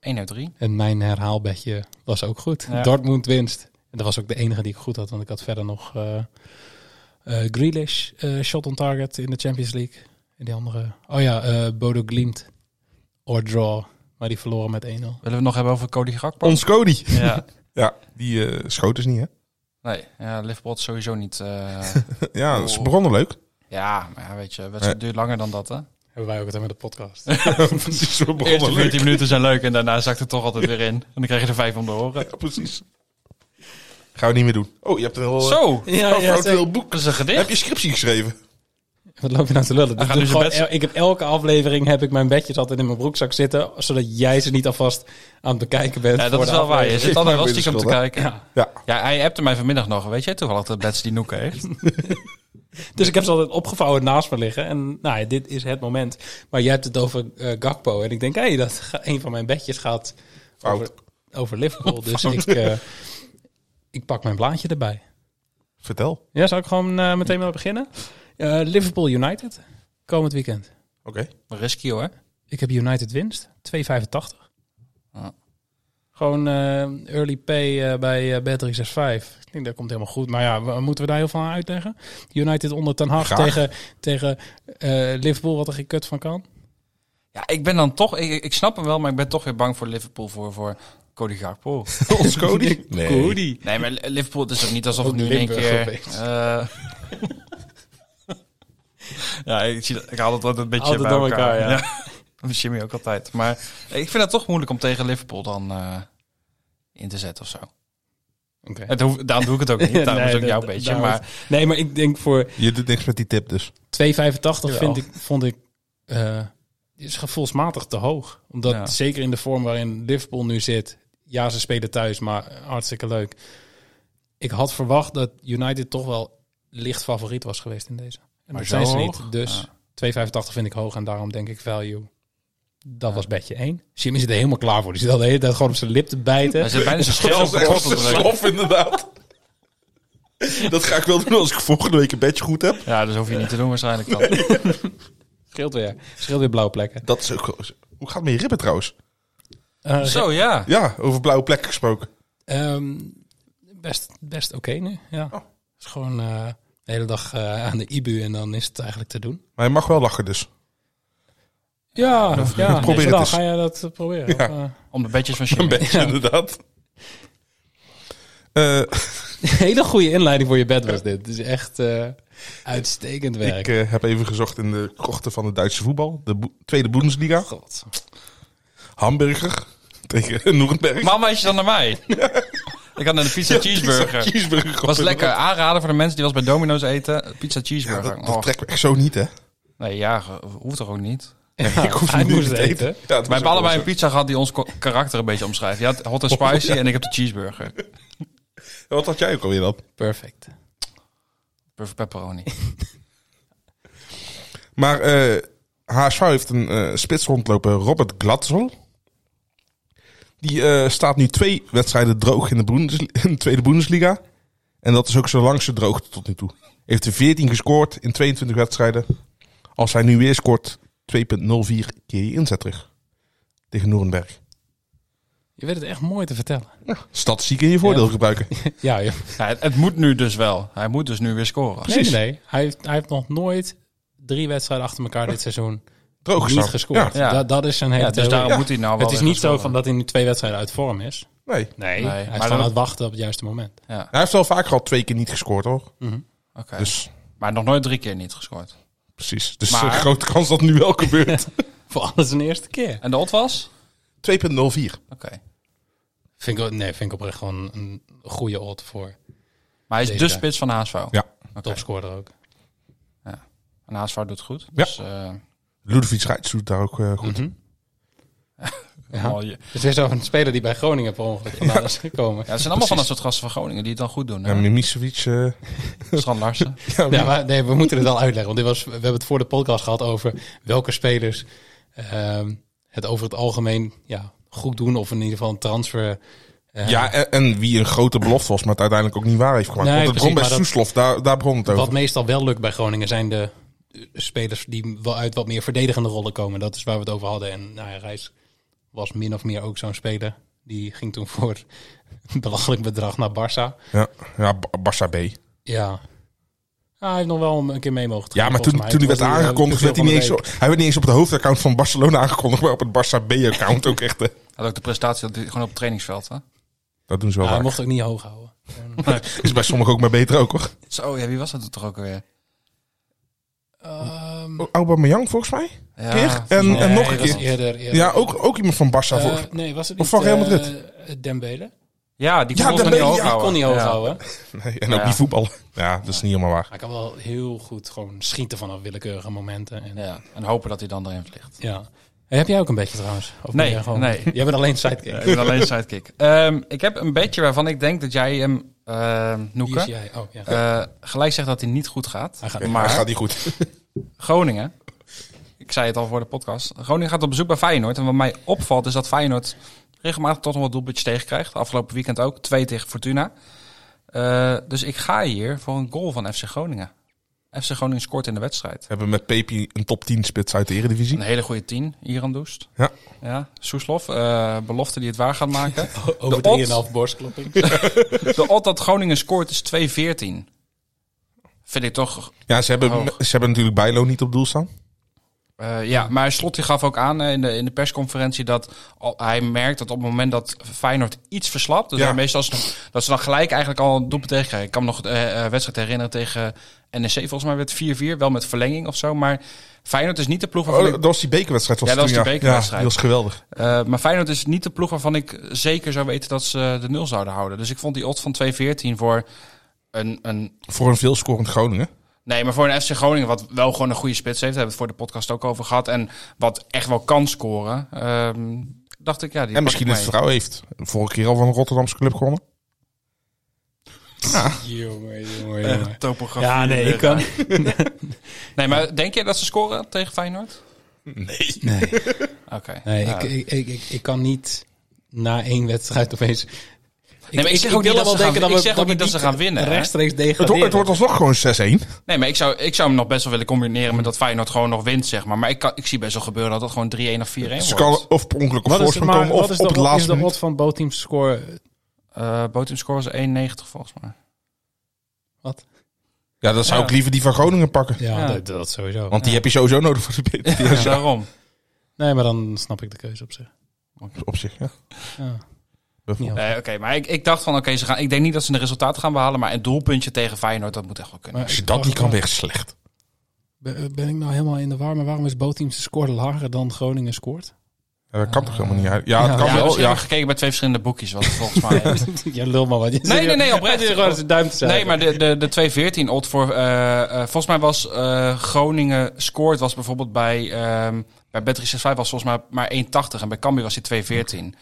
Speaker 7: 1 uit 3.
Speaker 6: En mijn herhaalbedje was ook goed.
Speaker 7: Ja.
Speaker 6: Dortmund winst. En dat was ook de enige die ik goed had, want ik had verder nog eh eh, Grealish eh, shot on target in de Champions League. En die andere, oh ja, eh, Bodo Glimt or draw, maar die verloren met 1-0.
Speaker 7: Willen we het nog hebben over Cody Gakpo?
Speaker 8: Ons Cody.
Speaker 7: Ja.
Speaker 8: Ja, die eh schoot dus niet, hè?
Speaker 7: Nee, ja, Liverpool had sowieso niet. eh,
Speaker 8: Ja,
Speaker 6: Oh.
Speaker 8: ze begonnen leuk.
Speaker 7: ja, maar ja, weet je, wedstrijd duurt langer dan dat, hè?
Speaker 6: Hebben wij ook het aan met de podcast.
Speaker 8: precies, ze begonnen leuk.
Speaker 7: 14 minuten zijn leuk en daarna zakt het toch altijd weer in. En dan krijg je er vijf om de oren.
Speaker 8: Ja, precies. Gaan we niet meer doen. Oh, je hebt een heel, eh,
Speaker 7: Zo,
Speaker 6: ja,
Speaker 8: een heel
Speaker 6: zeker.
Speaker 8: boek.
Speaker 7: dat is een gedicht.
Speaker 8: Heb je scriptie geschreven?
Speaker 6: Wat loop je nou te lullen?
Speaker 7: Hij
Speaker 6: Dit
Speaker 7: gaat
Speaker 6: doe
Speaker 7: nu
Speaker 6: ik
Speaker 7: zijn
Speaker 6: gewoon el- ik heb elke aflevering heb ik mijn bedjes altijd in mijn broekzak zitten, zodat jij ze niet alvast aan het bekijken bent.
Speaker 7: Ja,
Speaker 6: voor
Speaker 7: dat is
Speaker 6: de
Speaker 7: wel waar. Je
Speaker 6: aflevering.
Speaker 7: zit altijd wel
Speaker 8: Ik ben
Speaker 7: stiekem te
Speaker 8: schuld, hè?
Speaker 7: kijken. Ja.
Speaker 8: Ja.
Speaker 7: hij appte mij vanmiddag nog. Weet jij toevallig dat Bets die Noeken heeft?
Speaker 6: Dus ik heb ze altijd opgevouwen naast me liggen. En nou ja, dit is het moment. Maar jij hebt het over eh, Gakpo. En ik denk, hé, hey, dat ga- een van mijn bedjes gaat over,
Speaker 8: Fout.
Speaker 6: over Liverpool. Dus ik, eh, ik pak mijn blaadje erbij.
Speaker 8: Vertel. Oké.
Speaker 6: Ja, zou ik gewoon eh, meteen maar beginnen? Eh, Liverpool United, komend weekend.
Speaker 7: Risky hoor.
Speaker 6: Ik heb United winst, 2,85.
Speaker 7: Ja.
Speaker 6: Gewoon eh, early pay eh, bij eh Bet365. Ik denk dat komt helemaal goed. Maar ja, wa- moeten we daar heel veel aan uitleggen? United onder Ten Hag
Speaker 8: Graag.
Speaker 6: tegen, tegen eh, Liverpool, wat er geen kut van kan.
Speaker 7: Ja, ik ben dan toch... Ik, ik snap hem wel, maar ik ben toch weer bang voor Liverpool voor, voor Cody Gakpo.
Speaker 8: Ons Cody? Nee.
Speaker 7: Cody. Nee, maar Liverpool het is ook niet alsof het
Speaker 6: Ook
Speaker 7: nu in één
Speaker 6: Limburg
Speaker 7: keer...
Speaker 6: opeens.
Speaker 7: eh, ja, ik, zie, dat- ik haal het altijd een beetje
Speaker 6: Altijd
Speaker 7: bij
Speaker 6: door
Speaker 7: elkaar.
Speaker 6: elkaar, ja.
Speaker 7: Dat is Jimmy ook altijd. Maar ik vind het toch moeilijk om tegen Liverpool dan eh, in te zetten of zo.
Speaker 6: Oké.
Speaker 7: Het hoeft, daarom doe ik het ook niet. Daarom is het ook jouw beetje. Maar
Speaker 6: Nee, maar ik denk voor 2,85
Speaker 8: Je doet niks met die tip dus.
Speaker 6: vind ik, vond ik... eh, is gevoelsmatig te hoog. Omdat
Speaker 7: Ja.
Speaker 6: zeker in de vorm waarin Liverpool nu zit... Ja, ze spelen thuis, maar hartstikke leuk. Ik had verwacht dat United toch wel licht favoriet was geweest in deze. En
Speaker 7: Maar
Speaker 6: dat
Speaker 7: zo
Speaker 6: zijn ze
Speaker 7: hoog?
Speaker 6: niet. Dus 2,85 vind ik hoog en daarom denk ik value. Dat
Speaker 7: Ja.
Speaker 6: was bedje 1. Jimmy zit er helemaal klaar voor. Die zit al de hele tijd gewoon op zijn lip te bijten.
Speaker 7: hij zit bijna zijn schil op de
Speaker 8: echt
Speaker 7: kop te
Speaker 8: een
Speaker 7: drukken.
Speaker 8: slof, inderdaad. Dat ga ik wel doen als ik volgende week een bedje goed heb.
Speaker 7: Ja, dat hoef je niet te doen waarschijnlijk dan.
Speaker 6: Scheelt weer. Scheelt weer blauwe plekken.
Speaker 8: Dat is ook... wel- Hoe gaat het met je ribben trouwens?
Speaker 6: Eh,
Speaker 7: Zo, ja.
Speaker 8: Ja, over blauwe plekken gesproken.
Speaker 6: Ehm, best best oké nu, ja.
Speaker 8: Oh.
Speaker 6: Het is gewoon eh, de hele dag eh, aan de IBU en dan is het eigenlijk te doen.
Speaker 8: Maar je mag wel lachen dus.
Speaker 6: Ja, ja.
Speaker 8: probeer het
Speaker 6: dan
Speaker 8: eens.
Speaker 6: ga je dat eh, proberen.
Speaker 8: Ja.
Speaker 6: Of, eh,
Speaker 7: Om de bedjes van
Speaker 8: Een
Speaker 7: Jimmy.
Speaker 8: beetje, inderdaad. Eh,
Speaker 6: hele goede inleiding voor je bed was dit. Het is echt eh, uitstekend werk.
Speaker 8: ik eh, heb even gezocht in de krochten van het Duitse voetbal. De bo- tweede Bundesliga.
Speaker 6: God.
Speaker 8: Hamburger tegen Nuremberg.
Speaker 7: Mama is je dan naar mij? Ik had naar de pizza
Speaker 8: Pizza
Speaker 7: cheeseburger.
Speaker 8: cheeseburger.
Speaker 7: Was lekker aanraden voor de mensen die was bij Domino's eten. Pizza
Speaker 8: Ja,
Speaker 7: cheeseburger.
Speaker 8: dat, dat
Speaker 7: Oh,
Speaker 8: trekken we echt zo niet, hè?
Speaker 7: nee, ja, ge- hoeft toch ook niet.
Speaker 8: ik hoef
Speaker 6: hij
Speaker 8: het niet
Speaker 6: moest
Speaker 8: te
Speaker 6: het
Speaker 8: eten.
Speaker 6: eten.
Speaker 7: We
Speaker 8: Ja, dat was ook
Speaker 7: hebben allebei een
Speaker 8: wel
Speaker 7: pizza gehad die ons ko- karakter een beetje omschrijft. Je had hot en spicy en ik heb de cheeseburger.
Speaker 8: zo. Wat had jij ook alweer dan?
Speaker 6: Perfect.
Speaker 7: Burger pepperoni.
Speaker 8: Maar eh HSV heeft een eh, spits rondlopen, Robert Glatzel. Die eh, staat nu twee wedstrijden droog in de, Boendes- in de Tweede Bundesliga. En dat is ook zo langste droogte tot nu toe. Heeft er 14 gescoord in 22 wedstrijden. Als hij nu weer scoort, 2,04 keer die inzet terug. Tegen Nuremberg.
Speaker 6: Je weet het echt mooi te vertellen.
Speaker 8: Statistiek in je voordeel gebruiken.
Speaker 6: Ja, ja.
Speaker 7: Ja, het, het moet nu dus wel. Hij moet dus nu weer scoren.
Speaker 6: Nee, nee, nee. Hij heeft, hij heeft nog nooit drie wedstrijden achter elkaar dit seizoen
Speaker 8: Droog
Speaker 6: niet
Speaker 8: gestaan.
Speaker 6: gescoord.
Speaker 7: Ja.
Speaker 6: Dat, dat is zijn hele
Speaker 7: Ja, dus
Speaker 6: theorie.
Speaker 7: daarom moet hij nou wel
Speaker 6: Het is
Speaker 7: weer
Speaker 6: niet
Speaker 7: gaan
Speaker 6: zo
Speaker 7: scoren.
Speaker 6: van dat hij nu twee wedstrijden uit vorm is.
Speaker 8: Ja, nee.
Speaker 6: Nee,
Speaker 7: Nee,
Speaker 6: hij
Speaker 7: maar
Speaker 6: is gewoon
Speaker 7: dat-
Speaker 6: aan het wachten op het juiste moment.
Speaker 8: Hij heeft wel vaker al twee keer niet gescoord hoor.
Speaker 7: Oké.
Speaker 8: Dus
Speaker 7: Maar nog nooit drie keer niet gescoord.
Speaker 8: precies. Dus
Speaker 7: Maar-
Speaker 8: een grote kans dat het nu wel gebeurt.
Speaker 6: Voor alles een eerste keer.
Speaker 7: En de odd was?
Speaker 8: 2,04.
Speaker 7: Oké.
Speaker 6: Vind ik, wel- nee, vind ik oprecht gewoon een goede odd voor
Speaker 7: Maar hij is
Speaker 6: Deze
Speaker 7: de
Speaker 6: guy.
Speaker 7: spits van HSV.
Speaker 8: Ja.
Speaker 7: Oké.
Speaker 6: topscorer ook.
Speaker 7: En HSV doet het goed.
Speaker 8: Ja.
Speaker 7: Dus, eh,
Speaker 8: Ludovic Reits doet daar ook eh,
Speaker 6: Mhm.
Speaker 8: goed.
Speaker 6: Ja.
Speaker 7: wel, je-
Speaker 6: Het is weer zo'n speler die bij Groningen per ongeluk vandaan is gekomen.
Speaker 7: ja, het zijn allemaal van dat soort gasten van Groningen die het dan goed doen.
Speaker 8: Ja,
Speaker 7: Hè?
Speaker 8: Mimicevic. eh,
Speaker 7: Strand Larsen.
Speaker 6: Ja, maar nee, we moeten het al uitleggen. Want dit was, we hebben het voor de podcast gehad over welke spelers ehm, het over het algemeen ja, goed doen. Of in ieder geval een transfer. eh,
Speaker 8: ja, en, en wie een grote belofte was, maar het uiteindelijk ook niet waar heeft gemaakt.
Speaker 6: Nee,
Speaker 8: Want het begon bij
Speaker 6: precies, maar dat-
Speaker 8: Soeslof, daar, daar begon het over.
Speaker 6: Wat meestal wel lukt bij Groningen zijn de eh, spelers die wel uit wat meer verdedigende rollen komen. Dat is waar we het over hadden. En nou ja, Reis was min of meer ook zo'n speler. Die ging toen voor een belachelijk bedrag naar Barça.
Speaker 8: Ja, ja Ba- Barça B.
Speaker 6: Ja. Ah, hij heeft nog wel een keer mee mogen
Speaker 8: Ja,
Speaker 6: trainen,
Speaker 8: maar toen,
Speaker 6: volgens mij.
Speaker 8: toen hij werd
Speaker 6: was eh,
Speaker 8: aangekondigd,
Speaker 6: te veel
Speaker 8: werd hij niet eens,
Speaker 6: van de
Speaker 8: op- hij werd niet eens op de hoofdaccount van Barcelona aangekondigd, maar op het Barça B-account ook echt. eh,
Speaker 7: Had ook de prestatie dat hij gewoon op het trainingsveld. Hè?
Speaker 8: dat doen ze wel
Speaker 6: week. Ja, hij
Speaker 8: vaak.
Speaker 6: mocht ook niet hoog houden.
Speaker 8: Is bij sommigen ook maar beter ook, hoor.
Speaker 7: Zo, ja, wie was dat toch ook alweer?
Speaker 6: Ehm,
Speaker 8: Aubameyang volgens mij?
Speaker 7: Ja,
Speaker 8: keer?
Speaker 7: volgens
Speaker 8: En,
Speaker 7: mij-
Speaker 8: Mm, en
Speaker 6: nee,
Speaker 8: nog een
Speaker 6: dat was
Speaker 8: keer.
Speaker 6: Eerder, eerder.
Speaker 8: Ja, ook, ook iemand van Barça.
Speaker 6: Eh,
Speaker 8: volgens
Speaker 6: nee, was het
Speaker 8: of
Speaker 6: niet...
Speaker 8: van Real
Speaker 6: eh,
Speaker 8: Madrid?
Speaker 6: eh, Dembele?
Speaker 7: Ja, die kon
Speaker 8: Ja,
Speaker 7: ons nog
Speaker 8: dat
Speaker 7: niet
Speaker 8: ben-
Speaker 7: hoog
Speaker 8: ja,
Speaker 7: houden.
Speaker 6: Kon niet hoog
Speaker 7: Ja.
Speaker 6: houden.
Speaker 8: Nee, en ook
Speaker 7: Ja.
Speaker 8: die voetbal. Ja, dat is niet helemaal waar.
Speaker 6: Hij kan wel heel goed gewoon schieten vanaf willekeurige momenten. En,
Speaker 7: Ja, en hopen dat hij dan erin vliegt.
Speaker 6: ja. Heb jij ook een beetje trouwens? Of
Speaker 7: Nee,
Speaker 6: ben jij gewoon...
Speaker 7: nee.
Speaker 6: Jij bent alleen sidekick.
Speaker 7: Ik ben alleen sidekick. Ehm, ik heb een beetje waarvan ik denk dat jij hem, ehm
Speaker 6: Wie is
Speaker 7: Noeke,
Speaker 6: jij? Oh, ja.
Speaker 7: eh, gelijk zegt dat hij niet goed gaat.
Speaker 6: Hij gaat
Speaker 8: Ja,
Speaker 6: niet.
Speaker 8: maar
Speaker 7: Maar-
Speaker 8: gaat niet goed.
Speaker 7: Groningen. Ik zei het al voor de podcast. Groningen gaat op bezoek bij Feyenoord. En wat mij opvalt is dat Feyenoord regelmatig toch nog wat doelpuntjes tegenkrijgt. Afgelopen weekend ook. Twee tegen Fortuna. Eh, dus ik ga hier voor een goal van FC Groningen. FC Groningen scoort in de wedstrijd.
Speaker 8: We hebben met Pepi een top 10 spits uit de Eredivisie.
Speaker 7: Een hele goede tien, Iran Doest.
Speaker 8: Ja.
Speaker 7: ja Soeslof, eh, belofte die het waar gaat maken.
Speaker 6: Over
Speaker 7: de odd.
Speaker 6: 3,5 borstklopping.
Speaker 7: De odd dat Groningen scoort is 2-14. Vind ik toch...
Speaker 8: Ja, ze hebben,
Speaker 7: Hoog.
Speaker 8: ze hebben natuurlijk Bijlo niet op doel staan.
Speaker 7: eh, ja, maar Slot die gaf ook aan eh, in de, in de persconferentie dat al, hij merkt dat op het moment dat Feyenoord iets verslapt, dus
Speaker 8: Ja.
Speaker 7: dan meestal is- dat ze dan gelijk eigenlijk al een doelpunt tegenkrijgen. Ik kan me nog eh eh, wedstrijd herinneren tegen NEC, volgens mij werd het 4-4, wel met verlenging of zo, maar Feyenoord is niet de ploeg waarvan
Speaker 8: Oh,
Speaker 7: ik
Speaker 8: dat was die bekerwedstrijd. Was
Speaker 7: Ja,
Speaker 8: het
Speaker 7: dat
Speaker 8: toen,
Speaker 7: was die bekerwedstrijd.
Speaker 8: Ja, die was geweldig.
Speaker 7: Eh, maar Feyenoord is niet de ploeg waarvan ik zeker zou weten dat ze de nul zouden houden. Dus ik vond die odd van 2-14 voor een, een...
Speaker 8: Voor een veelscorend Groningen.
Speaker 7: Nee, maar voor een FC Groningen wat wel gewoon een goede spits heeft. Daar hebben we het voor de podcast ook over gehad. En wat echt wel kan scoren. ehm, dacht ik, ja, die
Speaker 8: en
Speaker 7: pak
Speaker 8: misschien
Speaker 7: ik
Speaker 8: het
Speaker 7: mee.
Speaker 8: vertrouwen heeft. Vorige keer al van een Rotterdamse club gewonnen.
Speaker 6: jongen, jongen,
Speaker 7: Eh,
Speaker 6: jongen.
Speaker 7: topografie.
Speaker 6: Ja, nee, ik kan...
Speaker 7: Nee, maar denk je dat ze scoren tegen Feyenoord?
Speaker 6: Nee.
Speaker 7: Oké.
Speaker 6: Nee,
Speaker 7: Ja.
Speaker 6: ik, ik, ik, ik, ik kan niet na één wedstrijd opeens. Ik,
Speaker 7: maar ik zeg ook
Speaker 6: wil
Speaker 7: niet dat
Speaker 6: wel
Speaker 7: ze gaan-
Speaker 6: denken
Speaker 7: ik zeg ook
Speaker 6: we
Speaker 7: niet dat ze gaan winnen, hè?
Speaker 6: Rechtstreeks
Speaker 8: Het,
Speaker 6: degraderen.
Speaker 8: wordt het wordt alsnog gewoon 6-1.
Speaker 7: Nee, maar ik zou, ik zou hem nog best wel willen combineren met dat Feyenoord gewoon nog wint, zeg maar. Maar ik, kan, ik zie best wel gebeuren dat dat gewoon 3-1 of 4-1
Speaker 8: Ze
Speaker 7: wordt.
Speaker 8: kan of per ongeluk op
Speaker 6: wat is,
Speaker 8: voorsprong
Speaker 6: maar,
Speaker 8: komen
Speaker 6: wat
Speaker 8: of
Speaker 6: is
Speaker 8: op
Speaker 6: de,
Speaker 8: het
Speaker 6: wat is
Speaker 8: laatste
Speaker 6: de
Speaker 8: minuut.
Speaker 6: odd van bootteams score?
Speaker 7: Eh, Botum scoren ze 1,90 volgens mij.
Speaker 6: Wat?
Speaker 8: Ja, dan zou
Speaker 7: Ja.
Speaker 8: ik liever die van Groningen pakken.
Speaker 6: Ja,
Speaker 7: Ja.
Speaker 6: Dat, dat sowieso.
Speaker 8: Want die heb je sowieso nodig voor de beter
Speaker 7: Ja, daarom.
Speaker 6: Nee, maar dan snap ik de keuze op zich.
Speaker 8: op zich. Ja.
Speaker 6: Ja.
Speaker 7: Nee, oké, maar ik, ik dacht van, oké, ze gaan. ik denk niet dat ze een resultaat gaan behalen, maar een doelpuntje tegen Feyenoord, dat moet echt wel kunnen.
Speaker 6: Maar
Speaker 8: Als je
Speaker 6: ik-
Speaker 8: dat niet
Speaker 6: wacht,
Speaker 8: kan, ben je echt slecht.
Speaker 6: Ben, ben ik nou helemaal in de war? Maar waarom is bootteams scoren lager dan Groningen scoort?
Speaker 8: Ja, dat kan toch helemaal niet uit? Ja, het kan
Speaker 7: Ja,
Speaker 8: wel.
Speaker 7: misschien
Speaker 8: Ja.
Speaker 7: heb ik gekeken bij twee verschillende boekjes, wat het volgens mij heeft.
Speaker 6: Jij lul maar wat.
Speaker 7: Nee, nee, nee, oprecht.
Speaker 6: Je gewoon zijn duim te
Speaker 7: Nee,
Speaker 6: zuigen.
Speaker 7: maar de, de, de 2-14 odd voor... eh, eh, volgens mij was eh, Groningen scoort was bijvoorbeeld bij... ehm bij Bet365 was volgens mij maar 1,80 en bij Cambuur was die 2,14. En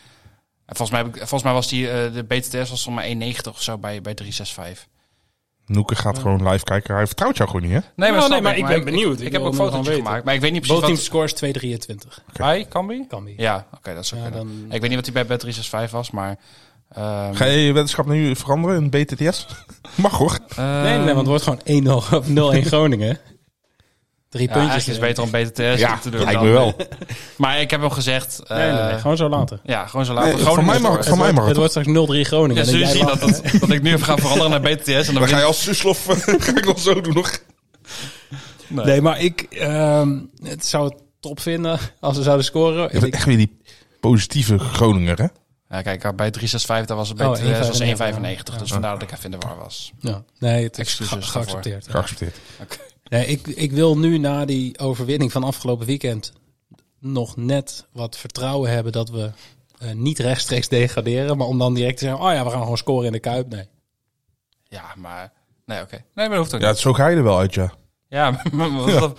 Speaker 7: volgens mij, heb ik- volgens mij was die, eh, de BTTS was volgens mij 1,90 of zo bij, bij 365.
Speaker 8: Noeke gaat gewoon live kijken. Hij vertrouwt jou gewoon niet, hè?
Speaker 7: Nee,
Speaker 1: Nou,
Speaker 7: dat
Speaker 1: nee,
Speaker 7: snap
Speaker 1: maar ik ben benieuwd.
Speaker 7: Ik,
Speaker 1: Ik
Speaker 7: heb
Speaker 1: wil
Speaker 7: ook
Speaker 1: hem
Speaker 7: foto's
Speaker 1: gewoon weten.
Speaker 7: gemaakt, maar ik weet niet precies
Speaker 1: Both team
Speaker 7: wat...
Speaker 1: scores 223.
Speaker 7: Bij Cambuur?
Speaker 1: Kan die.
Speaker 7: Ja, oké, dat zou
Speaker 6: Ja,
Speaker 7: kunnen.
Speaker 6: dan-
Speaker 7: Ik weet niet wat hij bij Bet365 was, maar... ehm,
Speaker 8: Ga je je weddenschap nu veranderen in BTTS? Mag hoor.
Speaker 7: ehm,
Speaker 6: Nee, nee, want het wordt gewoon 1-0 of 0-1 Groningen. Drie
Speaker 7: ja,
Speaker 6: puntjes.
Speaker 7: eigenlijk is beter om BTTS
Speaker 8: Ja,
Speaker 7: te doen
Speaker 8: lijkt
Speaker 7: dan-
Speaker 8: me wel.
Speaker 7: Maar ik heb hem gezegd... eh,
Speaker 6: Nee, nee, nee, gewoon zo later.
Speaker 7: Ja, gewoon zo laat.
Speaker 8: Nee, van mij mag het. Van mij mag
Speaker 6: Het
Speaker 8: het.
Speaker 6: wordt straks 0-3 Groningen.
Speaker 7: Ja,
Speaker 6: En
Speaker 7: zul je
Speaker 6: jij
Speaker 7: zien
Speaker 6: lacht,
Speaker 7: dat, dat, dat ik nu ga veranderen naar BTS. En dan
Speaker 8: Dan ga
Speaker 7: begin-
Speaker 8: je als Suslof eh, ga ik wel zo doen nog.
Speaker 6: Nee, maar ik ehm, het zou het top vinden als ze zouden scoren.
Speaker 8: Je bent
Speaker 6: Ik,
Speaker 8: echt weer die positieve Groninger, hè?
Speaker 7: Ja, kijk, bij 365 daar was eh, het
Speaker 6: Oh,
Speaker 7: BTS was 1,95.
Speaker 6: 1,95,
Speaker 7: Dus vandaar dat ik even in de war was.
Speaker 6: ja, nee, het is
Speaker 7: Excuses
Speaker 6: ge-
Speaker 7: daarvoor.
Speaker 6: geaccepteerd.
Speaker 8: Geaccepteerd.
Speaker 6: Nee, ik, ik wil nu na die overwinning van afgelopen weekend nog net wat vertrouwen hebben dat we eh, niet rechtstreeks degraderen. Maar om dan direct te zeggen, oh ja, we gaan gewoon scoren in de Kuip. Nee.
Speaker 7: Ja, maar... Nee, oké. Nee, maar dat hoeft ook
Speaker 8: Ja,
Speaker 7: niet.
Speaker 8: zo ga je er wel uit, ja.
Speaker 7: Ja, maar, maar wat-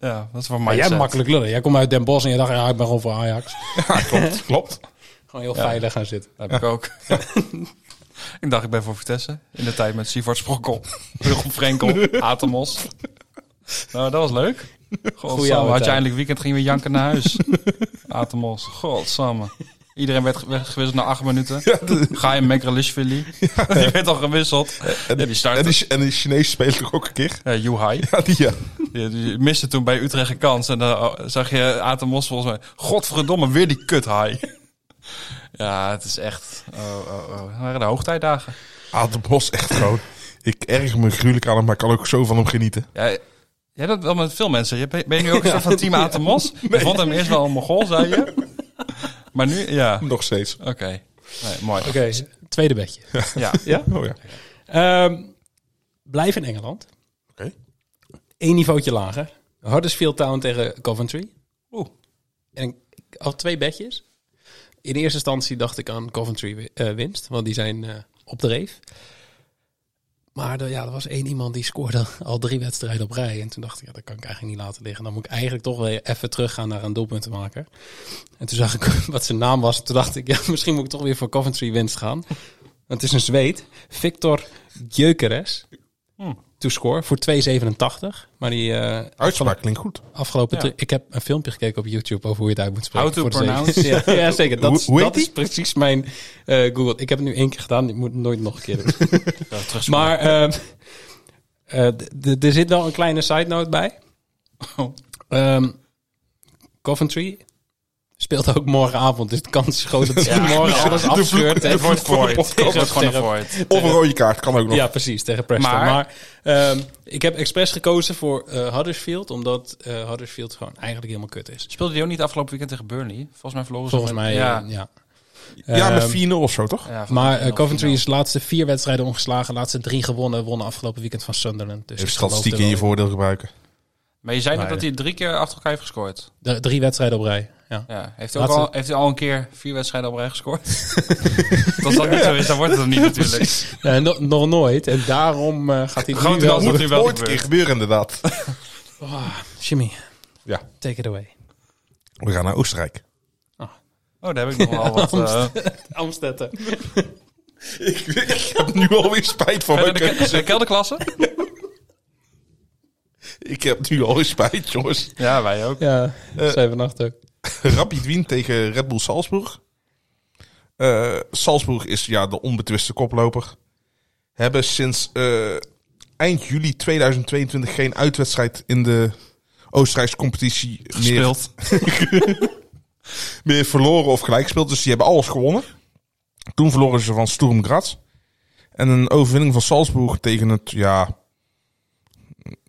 Speaker 7: ja. dat is voor
Speaker 6: Maar
Speaker 7: mij.
Speaker 6: jij hebt makkelijk lullen. Jij komt uit Den Bosch en je dacht, ja, ik ben gewoon voor Ajax.
Speaker 8: klopt, klopt.
Speaker 6: Gewoon heel veilig gaan zitten.
Speaker 7: Dat heb ik ook. ik dacht, ik ben voor Vitesse. In de tijd met Sivart Sprokkel, Wilhelm Frenkel, Atemos. Nou, dat was leuk.
Speaker 6: oude
Speaker 7: Godsamme, had
Speaker 6: tijd.
Speaker 7: je eindelijk weekend, gingen we janken naar huis. Atemos, godsamme. Iedereen werd ge- werd gewisseld na acht minuten. Ga je Mekrelishvili. Die werd al gewisseld. En die
Speaker 8: En
Speaker 7: startte.
Speaker 8: die, en die Chinees speelt toch ook een keer?
Speaker 7: Ja, Yuhai.
Speaker 8: Ja, die ja.
Speaker 7: Die, die miste toen bij Utrecht een kans. En dan oh, zag je Atemos volgens mij. Godverdomme, weer die kuthai. Ja, het is echt. Oh, oh, oh. Het waren de hoogtijdagen.
Speaker 8: Aad de Bos echt gewoon. Ik erg me gruwelijk aan hem, maar ik kan ook zo van hem genieten.
Speaker 7: Ja, jij hebt dat wel met veel mensen. Je- Ben je nu ook een soort van team Atemos? Je vond hem eerst wel een mogol, zei je. Maar nu, ja.
Speaker 8: Nog steeds.
Speaker 7: Oké. Nee, mooi.
Speaker 6: Oké, tweede bedje.
Speaker 7: Ja.
Speaker 8: Oh ja.
Speaker 6: Ehm, blijf in Engeland.
Speaker 8: Oké.
Speaker 6: Eén niveautje lager. Huddersfield Town tegen Coventry.
Speaker 7: Oeh.
Speaker 6: En ik had twee bedjes. In eerste instantie dacht ik aan Coventry wi- eh, winst, want die zijn eh, op de reef. Maar er, ja, er was één iemand die scoorde al drie wedstrijden op rij. En toen dacht ik, ja, dat kan ik eigenlijk niet laten liggen. Dan moet ik eigenlijk toch weer even teruggaan naar een doelpuntenmaker. En toen zag ik wat zijn naam was. Toen dacht ik, ja, misschien moet ik toch weer voor Coventry winst gaan. Want het is een Zweed. Victor Gyökeres.
Speaker 7: Hmm.
Speaker 6: To score voor 2,87. Maar die eh,
Speaker 8: Uitspraak klinkt goed.
Speaker 6: afgelopen...
Speaker 7: Ja.
Speaker 6: drie- Ik heb een filmpje gekeken op YouTube over hoe je het uit moet spreken.
Speaker 7: How to
Speaker 6: voor de zeven.
Speaker 7: pronounce.
Speaker 6: ja, ja, zeker. Dat,
Speaker 8: Hoe-
Speaker 6: is-
Speaker 8: hoe heet
Speaker 6: dat is
Speaker 8: die?
Speaker 6: precies mijn eh, Google. Ik heb het nu één keer gedaan. Ik moet het nooit nog een keer doen.
Speaker 7: Ja, terug-
Speaker 6: Maar ehm, eh, d- d- er zit wel een kleine side note bij.
Speaker 7: Oh.
Speaker 6: Ehm, Coventry speelt ook morgenavond. Dus de kans is groot dat ze morgen alles afscheurt.
Speaker 7: Het wordt voor het. Het wordt gewoon een voor het.
Speaker 8: Of een rode kaart, kan ook nog.
Speaker 6: Ja, precies, tegen Preston.
Speaker 7: Maar-
Speaker 6: Maar, ehm, ik heb expres gekozen voor eh, Huddersfield, omdat eh, Huddersfield gewoon eigenlijk helemaal kut is.
Speaker 7: Speelde die ook niet afgelopen weekend tegen Burnley? Volgens mij verloren ze
Speaker 6: Volgens
Speaker 7: met-
Speaker 6: mij,
Speaker 7: Ja.
Speaker 6: ja. ja.
Speaker 8: Ja,
Speaker 6: Ehm,
Speaker 8: met 4-0 of zo, toch?
Speaker 7: Ja, volgens mij
Speaker 6: Maar eh,
Speaker 7: wel
Speaker 6: Coventry
Speaker 7: finaal.
Speaker 6: is de laatste vier wedstrijden ongeslagen, laatste drie gewonnen, wonnen afgelopen weekend van Sunderland. Dus
Speaker 8: Even
Speaker 6: ik geloof
Speaker 8: statistieken
Speaker 6: er
Speaker 8: in je
Speaker 6: wel
Speaker 8: voordeel gebruiken.
Speaker 7: Maar je zei net
Speaker 6: Maar-
Speaker 7: dat hij drie keer achter elkaar heeft gescoord.
Speaker 6: in. De- Drie wedstrijden op rij. Ja.
Speaker 7: Ja. Heeft, hij ook
Speaker 6: Laatste-
Speaker 7: al, heeft hij al een keer vier wedstrijden op rij gescoord? dat als dat niet zo is, dan wordt het hem niet natuurlijk.
Speaker 6: Ja, no- nog nooit. En daarom eh, gaat hij nu
Speaker 7: Grote
Speaker 6: wel...
Speaker 7: kans dat
Speaker 8: Moet
Speaker 7: nu
Speaker 8: het
Speaker 7: wel
Speaker 8: ooit een keer
Speaker 7: gebeurt.
Speaker 8: gebeuren, inderdaad.
Speaker 6: Jimmy,
Speaker 8: Ja.
Speaker 6: take it away.
Speaker 8: We gaan naar Oostenrijk.
Speaker 7: Oh, daar heb ik nog wel wat... eh,
Speaker 6: Amstetten.
Speaker 8: ik, ik heb nu alweer spijt van
Speaker 7: verder
Speaker 8: mijn
Speaker 7: de, ke-
Speaker 8: keuze.
Speaker 7: de kelderklasse?
Speaker 8: Ik heb nu alweer spijt, jongens.
Speaker 7: Ja, wij ook.
Speaker 6: Ja, zeven nacht ook.
Speaker 8: Rapid Wien tegen Red Bull Salzburg. Eh, Salzburg is ja, de onbetwiste koploper. Hebben sinds eh, eind juli 2022 geen uitwedstrijd in de Oostenrijkse competitie meer,
Speaker 7: Gespeeld.
Speaker 8: meer verloren of gelijk gespeeld. Dus die hebben alles gewonnen. Toen verloren ze van Sturm Graz. En een overwinning van Salzburg tegen het, ja,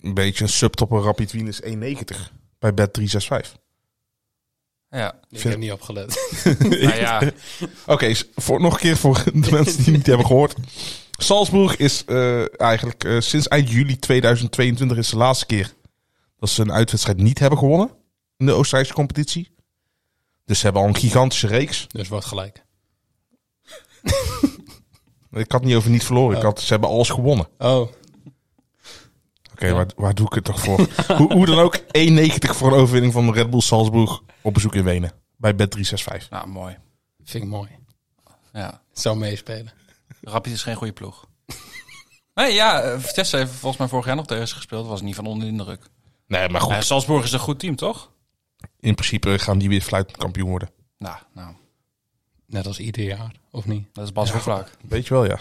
Speaker 8: een beetje een subtopper Rapid Wien is 1,90 bij bet 365.
Speaker 7: Ja.
Speaker 6: Ik heb niet opgelet.
Speaker 7: Nou ja,
Speaker 8: Oké, s- voor, nog een keer voor de mensen die het niet hebben gehoord. Salzburg is eh, eigenlijk eh, sinds eind juli 2022 is de laatste keer dat ze een uitwedstrijd niet hebben gewonnen in de Oostenrijkse competitie. Dus ze hebben al een gigantische reeks.
Speaker 6: Dus wordt gelijk.
Speaker 8: Ik had niet over niet verloren. Ik had, ze hebben alles gewonnen.
Speaker 6: Oh,
Speaker 8: Oké, waar, waar doe ik het toch voor? hoe, hoe dan ook, 1,90 voor een overwinning van Red Bull Salzburg op bezoek in Wenen. Bij Bet365.
Speaker 7: Nou, mooi.
Speaker 6: vind ik mooi.
Speaker 7: Ja.
Speaker 6: Het zou meespelen.
Speaker 7: Rapid is geen goede ploeg. nee, ja, eh, Vitesse heeft volgens mij vorig jaar nog tegen ze gespeeld. Was niet van onder de indruk.
Speaker 8: Nee, maar
Speaker 7: Eh,
Speaker 8: goed.
Speaker 7: Salzburg is een goed team, toch?
Speaker 8: In principe gaan die weer fluitkampioen worden.
Speaker 7: Nou, nou
Speaker 6: Net als ieder jaar, of niet?
Speaker 7: dat is Bas ja, vlak.
Speaker 8: Weet je wel, ja.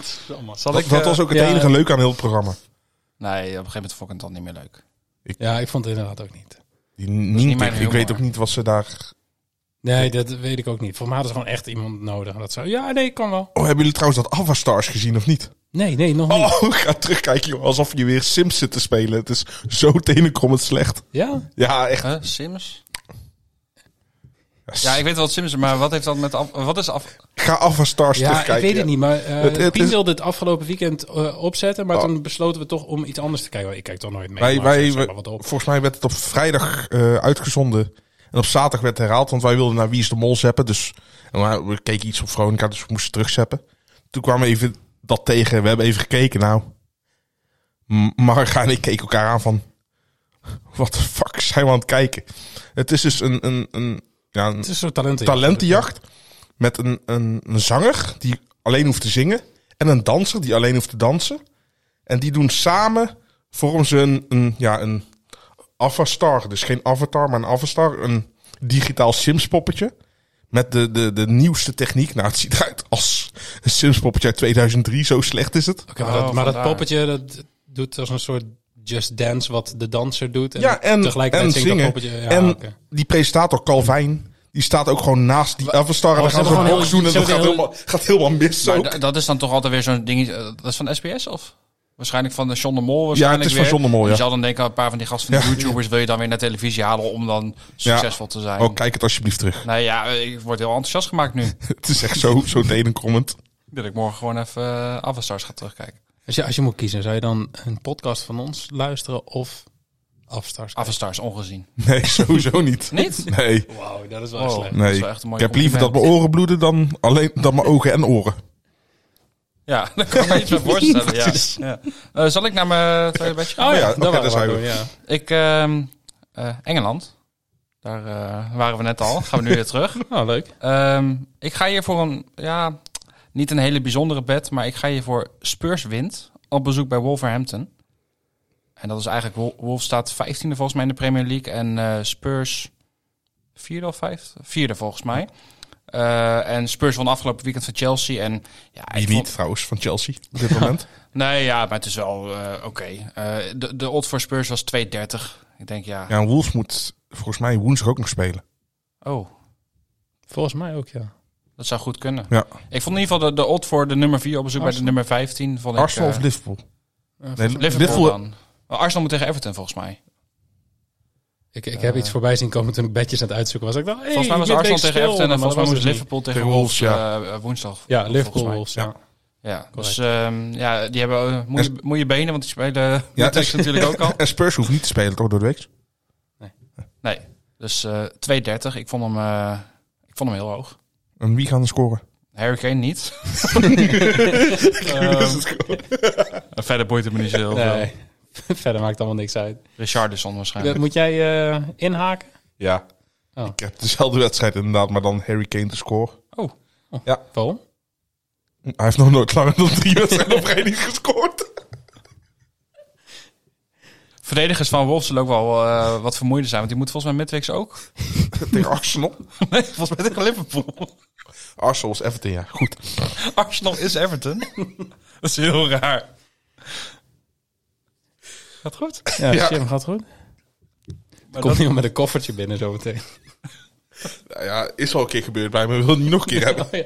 Speaker 6: Zal eh,
Speaker 8: Dat, dat was ook het
Speaker 6: ja.
Speaker 8: enige leuke aan heel het programma.
Speaker 7: Nee, op een gegeven moment vond ik het dan niet meer leuk.
Speaker 6: Ja, ik vond het inderdaad ook niet.
Speaker 8: Die Nienke,
Speaker 7: mijn
Speaker 8: ik
Speaker 7: humor.
Speaker 8: weet ook niet wat ze daar...
Speaker 6: Nee, dat weet ik ook niet. Voor mij hadden ze gewoon echt iemand nodig. Dat zou, ja, nee, kan wel.
Speaker 8: Oh, hebben jullie trouwens dat Ava Stars gezien of niet?
Speaker 6: Nee, nee, nog niet.
Speaker 8: Oh, ga terugkijken, joh. Alsof je weer Sims zit te spelen. Het is zo tenenkrommend slecht.
Speaker 6: Ja?
Speaker 8: Ja, echt.
Speaker 7: Huh? Sims? Ja, ik weet wel wat Sims is, maar wat heeft dat met... Af, wat is af...
Speaker 8: Ga Ava Stars
Speaker 6: Ja,
Speaker 8: terugkijken.
Speaker 6: ik weet het niet. Maar eh
Speaker 8: Het- het
Speaker 6: Pien
Speaker 8: is-
Speaker 6: wilde het afgelopen weekend eh, opzetten. Maar
Speaker 8: Oh.
Speaker 6: toen besloten we toch om iets anders te kijken. Oh, Ik kijk toch nooit mee.
Speaker 8: Wij,
Speaker 6: maar
Speaker 8: wij,
Speaker 6: zeg maar
Speaker 8: wij-
Speaker 6: wat op.
Speaker 8: volgens mij werd het op vrijdag eh, uitgezonden. En op zaterdag werd het herhaald, want wij wilden naar Wie is de Mol zeppen. Dus en we- we keken iets op Veronica, dus we moesten terugzeppen. Toen kwamen we even dat tegen. We hebben even gekeken, nou. M- Marga en ik keken elkaar aan van... Wat de fuck zijn we aan het kijken? Het is dus een, een, een, ja, een
Speaker 6: Het is een soort talenten.
Speaker 8: talentenjacht. Met een, een, een zanger die alleen hoeft te zingen. En een danser die alleen hoeft te dansen. En die doen samen, vormen ze een, een, ja, een avatar. Dus geen avatar, maar een avatar. Een digitaal Sims poppetje. Met de, de, de nieuwste techniek. Nou, het ziet eruit als een Sims poppetje uit 2003. Zo slecht is het.
Speaker 6: Oké, maar dat,
Speaker 7: Oh,
Speaker 6: maar dat
Speaker 7: vandaar.
Speaker 6: poppetje dat doet als een soort just dance wat de danser doet. En
Speaker 8: Ja, en,
Speaker 6: tegelijkertijd
Speaker 8: en
Speaker 6: zingt
Speaker 8: zingen.
Speaker 6: dat poppetje. Ja,
Speaker 8: en
Speaker 6: oké.
Speaker 8: die presentator Calvijn, die staat ook gewoon naast die avatar. En dan
Speaker 6: ze
Speaker 8: gaan ze
Speaker 6: hebben
Speaker 8: een
Speaker 6: Oh, gewoon
Speaker 8: box
Speaker 6: heel-
Speaker 8: doen en
Speaker 6: ze
Speaker 8: dat gaat
Speaker 6: hebben heel-
Speaker 8: helemaal, gaat helemaal mis
Speaker 7: Maar
Speaker 8: ook.
Speaker 7: da- dat is dan toch altijd weer zo'n dingetje... eh, Dat is van SBS, of? Waarschijnlijk van de John de Mol.
Speaker 8: Ja,
Speaker 7: Waarschijnlijk
Speaker 8: het is
Speaker 7: weer.
Speaker 8: van John de Mol, ja.
Speaker 7: Je zal dan denken, een paar van die gasten van die YouTubers... wil je dan weer naar televisie halen om dan succesvol te zijn.
Speaker 8: Oh, kijk het alsjeblieft terug.
Speaker 7: Nou ja, eh, ik word heel enthousiast gemaakt nu.
Speaker 8: Het is echt zo, zo tenenkrommend.
Speaker 7: dat ik morgen gewoon even uh, Avastars ga terugkijken.
Speaker 6: Als, je, als je moet kiezen, zou je dan een podcast van ons luisteren of Afstars?
Speaker 7: Avastars, ongezien.
Speaker 8: Nee, sowieso niet.
Speaker 7: Niet?
Speaker 8: Nee,
Speaker 6: Wauw, dat is wel
Speaker 7: Oh.
Speaker 6: slecht.
Speaker 7: Dat
Speaker 8: nee.
Speaker 7: is wel echt een
Speaker 8: ik
Speaker 7: mooi
Speaker 8: heb liever dat
Speaker 7: compliment. Oh
Speaker 8: mijn oren bloeden dan alleen dan mijn ogen en oren.
Speaker 7: Ja, dat kan ik me iets bij voorstellen. Ja. Ja. Eh, zal ik naar mijn tweede bedje gaan?
Speaker 8: Oh ja,
Speaker 6: dat
Speaker 8: oké, daar zijn we.
Speaker 6: Ja.
Speaker 7: Ik, ehm, eh, Engeland. Daar eh, waren we net al. Gaan we nu weer terug.
Speaker 6: Nou, leuk.
Speaker 7: Ehm, ik ga hier voor een, ja, niet een hele bijzondere bed, maar ik ga hier voor Spurs wint op bezoek bij Wolverhampton. En dat is eigenlijk, Wol- Wolves staat 15e volgens mij in de Premier League en eh, Spurs vierde of vijfde? Vierde volgens mij. Eh, en Spurs won afgelopen weekend van Chelsea. En, ja, ik
Speaker 8: Die
Speaker 7: vond-
Speaker 8: niet trouwens, van Chelsea op dit moment.
Speaker 7: Nee, ja, maar het is wel eh, oké. Eh, de, de odd voor Spurs was 2,30. Ik denk, ja.
Speaker 8: Ja, en Wolves moet volgens mij woensdag ook nog spelen.
Speaker 7: Oh,
Speaker 6: Volgens mij ook, ja.
Speaker 7: dat zou goed kunnen.
Speaker 8: Ja.
Speaker 7: Ik vond in ieder geval de, de odd voor de nummer 4 op bezoek bij de nummer 15. Vond
Speaker 8: Arsenal
Speaker 7: ik,
Speaker 8: of
Speaker 7: eh,
Speaker 8: Liverpool? Nee,
Speaker 7: Liverpool, dan. Maar Arsenal moet tegen Everton volgens mij.
Speaker 6: Ik, ik heb iets voorbij zien komen toen ik bedjes aan het uitzoeken was. Ik dacht, hey,
Speaker 7: Volgens mij was
Speaker 6: midweek
Speaker 7: Arsenal tegen
Speaker 6: speel,
Speaker 7: Everton en
Speaker 6: maar dat
Speaker 7: volgens mij
Speaker 6: was
Speaker 7: moest
Speaker 6: dus
Speaker 7: Liverpool tegen
Speaker 8: Tegen
Speaker 7: Wolves
Speaker 8: Wolves,
Speaker 7: eh, eh, woensdag.
Speaker 6: niet. Ja,
Speaker 7: volgens
Speaker 6: Liverpool
Speaker 7: mij.
Speaker 6: Wolves, ja.
Speaker 7: Ja, dus
Speaker 6: Correct.
Speaker 7: ehm, ja, die hebben eh, moeie,
Speaker 8: En-
Speaker 7: moeie benen, want die spelen
Speaker 8: Ja,
Speaker 7: ja, natuurlijk ook al.
Speaker 8: En Spurs hoeft niet te spelen toch door de week?
Speaker 7: Nee, dus eh 2,30. Ik vond hem, eh, ik vond hem heel hoog.
Speaker 8: En wie gaan er scoren?
Speaker 7: Harry Kane niet. Ehm, verder boeit het me niet zo heel veel.
Speaker 6: Nee, verder maakt allemaal niks uit.
Speaker 7: Richardson waarschijnlijk.
Speaker 6: Moet jij eh, inhaken?
Speaker 8: Ja.
Speaker 6: Oh.
Speaker 8: Ik heb dezelfde wedstrijd inderdaad, maar dan Harry Kane te scoren.
Speaker 6: Waarom?
Speaker 8: Hij heeft nog nooit langer dan drie wedstrijden op rij niet gescoord.
Speaker 7: Verdedigers van Wolves zullen ook wel eh, wat vermoeider zijn, want die moeten volgens mij midweeks ook.
Speaker 8: Tegen Arsenal.
Speaker 7: Nee, volgens mij tegen Liverpool.
Speaker 8: Arsenal is Everton, ja. Goed.
Speaker 7: Arsenal is Everton. Dat is heel raar. Gaat goed.
Speaker 6: Ja,
Speaker 8: Ja.
Speaker 6: Jim gaat goed.
Speaker 7: Maar
Speaker 6: Komt
Speaker 7: dat-
Speaker 6: iemand met een koffertje binnen zo meteen.
Speaker 8: Nou ja, is al een keer gebeurd bij me. We willen het niet nog een keer hebben.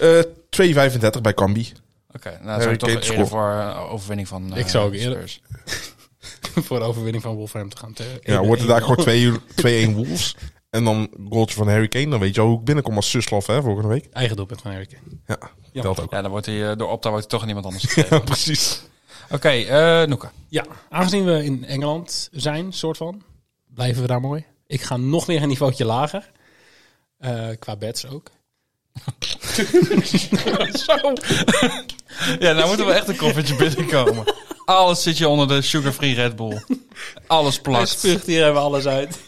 Speaker 6: Oh,
Speaker 8: Eh 2,35 bij Cambi.
Speaker 7: Oké, nou dan zou
Speaker 8: Harry
Speaker 7: ik toch
Speaker 8: Kane
Speaker 7: eerder
Speaker 8: scoort.
Speaker 7: voor eh, overwinning van eh,
Speaker 6: Ik zou ook eerder-
Speaker 7: Spurs.
Speaker 6: Voor de overwinning van Wolverhampton gaan. Te-
Speaker 8: Ja, wordt het daar gewoon 2-1 Wolves. En dan goaltje van Harry Kane. Dan weet je al hoe ik binnenkom als Suslof hè, volgende week.
Speaker 6: Eigen doelpunt van Erik.
Speaker 8: Ja, telt ook.
Speaker 7: Ja, dan wordt hij eh, door Opta wordt hij toch aan iemand anders gegeven.
Speaker 8: Ja, precies.
Speaker 7: Oké, eh Noeke.
Speaker 6: Ja, aangezien we in Engeland zijn, soort van, blijven we daar mooi. Ik ga nog weer een niveautje lager. Eh, qua bets ook.
Speaker 7: Ja, nou moet er wel echt een koffertje binnenkomen. Alles zit je onder de sugar-free Red Bull. Alles plakt.
Speaker 6: Spuugt hier hebben we alles uit.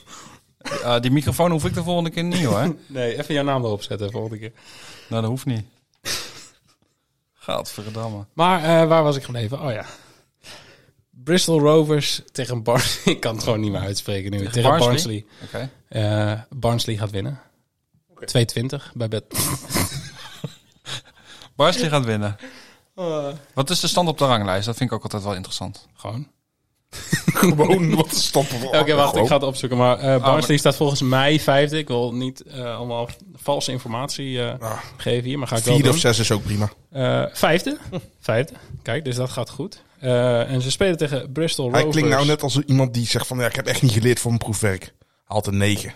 Speaker 7: Eh, die microfoon hoef ik de volgende keer niet hoor. Nou,
Speaker 6: Nee, even jouw naam erop zetten volgende keer.
Speaker 7: dat hoeft niet. Gadverdamme.
Speaker 6: Maar eh, waar was ik gebleven? Oh ja. Bristol Rovers tegen Barnsley. Ik kan het gewoon niet meer uitspreken nu. Tegen,
Speaker 7: Barnsley?
Speaker 6: Barnsley.
Speaker 7: Oké.
Speaker 6: Eh, Barnsley gaat winnen. 220 bij bed.
Speaker 7: Barnsley gaat winnen. Wat is de stand op de ranglijst? Dat vind ik ook altijd wel interessant.
Speaker 6: Gewoon.
Speaker 8: Gewoon wat stoppen.
Speaker 6: Oké,
Speaker 8: oh.
Speaker 6: wacht. Ik ga het opzoeken. Maar
Speaker 8: Ah,
Speaker 6: eh, Barnsley staat volgens mij vijfde. Ik wil niet eh, allemaal valse informatie eh, geven hier. Maar ga ik wel
Speaker 8: Vier
Speaker 6: doen.
Speaker 8: Ah. of zes Hm. is ook prima.
Speaker 6: Eh, vijfde. Vijfde. Kijk, dus dat gaat goed. Eh, en ze spelen tegen Bristol Rovers.
Speaker 8: Hij klinkt nou net als iemand die zegt van... Ja, ik heb echt niet geleerd voor mijn proefwerk. Haalt een negen.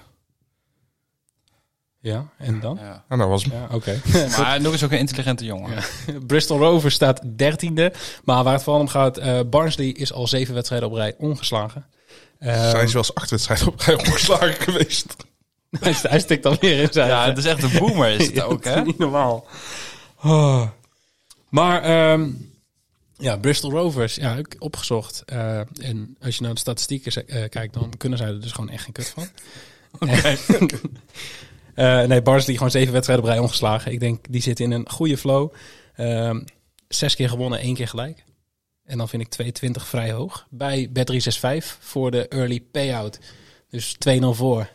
Speaker 6: Ja, en dan?
Speaker 7: Ja.
Speaker 8: En dat was hem.
Speaker 6: Ja, oké.
Speaker 7: Maar Noek is ook een intelligente jongen.
Speaker 6: Bristol Rovers staat dertiende. Maar waar het vooral om gaat, eh, Barnsley is al zeven wedstrijden op rij ongeslagen. Eh,
Speaker 8: Zijn ze wel eens acht wedstrijden op rij opgeslagen geweest?
Speaker 6: hij, st- hij stikt alweer in zijn
Speaker 7: Ja,
Speaker 6: eigen-
Speaker 7: het is echt een boomer is het ook,
Speaker 6: Dat
Speaker 7: hè?
Speaker 6: is niet normaal. Oh. Maar ehm, ja, Bristol Rovers, ja, heb ik opgezocht. Eh, en als je naar de statistieken ze- eh, kijkt, dan kunnen zij er dus gewoon echt geen kut van. Eh, nee, Barnsley gewoon zeven wedstrijden op rij ongeslagen. Ik denk, die zitten in een goede flow. Ehm, zes keer gewonnen, één keer gelijk. En dan vind ik 2,20 vrij hoog. Bij Bet365 voor de early payout. Dus 2-0 voor.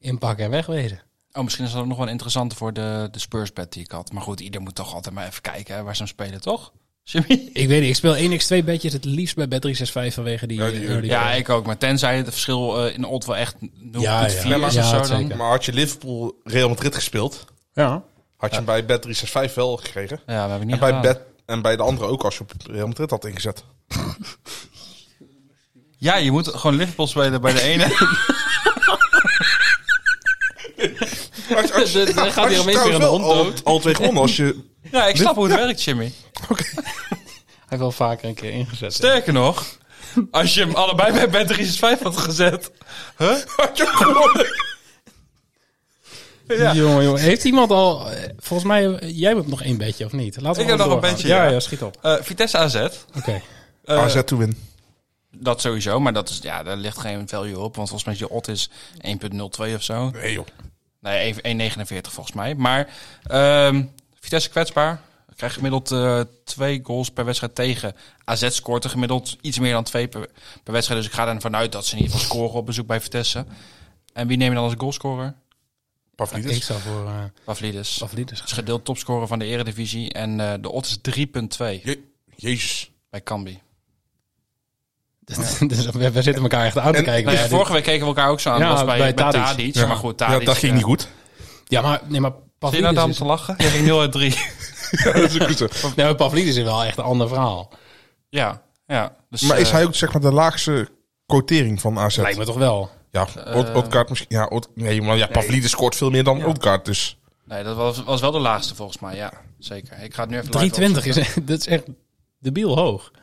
Speaker 6: Inpakken en wegwezen.
Speaker 7: Oh, misschien is dat nog wel interessant voor de, de Spursbed die ik had. Maar goed, ieder moet toch altijd maar even kijken hè, waar ze hem spelen, toch? Jimmy?
Speaker 6: Ik weet niet, ik speel 1x2 bedjes het liefst bij Bet365 vanwege die eh,
Speaker 8: Ja, die
Speaker 6: early
Speaker 7: Ja,
Speaker 6: payout.
Speaker 7: ik ook. Maar tenzij het verschil eh, in Old wel echt 0,4
Speaker 6: Ja,
Speaker 7: is
Speaker 6: ja.
Speaker 7: of
Speaker 6: Ja,
Speaker 7: zo.
Speaker 6: dat
Speaker 7: Dan,
Speaker 6: zeker.
Speaker 8: Maar had je Liverpool Real Madrid gespeeld...
Speaker 6: ja.
Speaker 8: had je hem bij Bet365 wel gekregen.
Speaker 7: ja, we hebben niet
Speaker 8: En bij,
Speaker 7: gedaan.
Speaker 8: Bet, en bij de andere ook als je op Real Madrid had ingezet.
Speaker 7: Ja, je moet gewoon Liverpool spelen bij de ene.
Speaker 8: Als, als,
Speaker 6: Er- er gaat hier opeens weer een hond
Speaker 8: al, al twee gewonnen als je...
Speaker 7: ja, ik snap hoe het werkt, Jimmy.
Speaker 6: Hij heeft wel vaker een keer ingezet.
Speaker 7: Sterker nog, als je hem allebei bij Ben 365 had gezet. Huh? Had je hem gewonnen.
Speaker 6: Ja. Jongen, jongen, heeft iemand al... eh, Volgens mij, eh, jij hebt nog één bedje, of niet? Laten we
Speaker 7: Ik heb
Speaker 6: gewoon
Speaker 7: nog een
Speaker 6: doorgaan.
Speaker 7: bedje,
Speaker 6: Ja, ja,
Speaker 7: ja.
Speaker 6: schiet op.
Speaker 7: Eh, Vitesse AZ.
Speaker 6: Oké.
Speaker 7: eh,
Speaker 8: AZ to win.
Speaker 7: dat sowieso, maar dat is, ja, daar ligt geen value op. Want volgens mij is je odd is 1.02 of zo.
Speaker 8: Nee joh.
Speaker 7: Nee, 1- 1,49 volgens mij. Maar ehm, Vitesse kwetsbaar. Krijgt gemiddeld eh, twee goals per wedstrijd tegen. AZ scoort er gemiddeld iets meer dan twee per, per wedstrijd. Dus ik ga ervan uit dat ze in ieder geval scoren op bezoek bij Vitesse. En wie neem je dan als goalscorer?
Speaker 8: Pavlidis.
Speaker 6: Ik zou voor eh
Speaker 7: Pavlidis.
Speaker 6: Pavlidis
Speaker 7: is gedeeld topscorer van de Eredivisie. En eh, de odds is 3,2
Speaker 8: Je- Jezus.
Speaker 7: bij Cambi.
Speaker 6: gaan. dus we, we zitten elkaar echt aan te
Speaker 8: En-
Speaker 6: kijken.
Speaker 7: Nou ja,
Speaker 6: Ja,
Speaker 7: vorige week keken we elkaar ook zo aan.
Speaker 6: Ja,
Speaker 7: dat was bij,
Speaker 6: bij
Speaker 7: bij, Tadic.
Speaker 6: Tadic.
Speaker 8: Ja.
Speaker 7: Maar goed,
Speaker 8: Ja,
Speaker 7: Tadic.
Speaker 8: dat ging
Speaker 7: eh,
Speaker 8: niet goed.
Speaker 6: dit- ja, maar, nee, maar
Speaker 7: Zit je nou
Speaker 6: Pavlidis,
Speaker 7: dan
Speaker 6: is,
Speaker 7: te lachen? Je ging 0 uit 3.
Speaker 8: Dat is goed, hè.
Speaker 6: nee, maar Pavlidis is wel echt een ander verhaal.
Speaker 7: Ja, ja. Dus,
Speaker 8: maar is
Speaker 7: eh,
Speaker 8: hij ook zeg maar de laagste quotering van AZ?
Speaker 6: Lijkt me toch wel.
Speaker 8: Ja, Od- Odgaard misschien. Ja, Od- Eh. nee, maar ja, Pavlidis scoort veel meer dan Odgaard, dus...
Speaker 7: Nee, dat was, was wel de laagste volgens mij, ja. Zeker. Ik ga het nu even
Speaker 6: 320
Speaker 7: live
Speaker 6: is, dat is echt debiel hoog.
Speaker 7: opzoeken.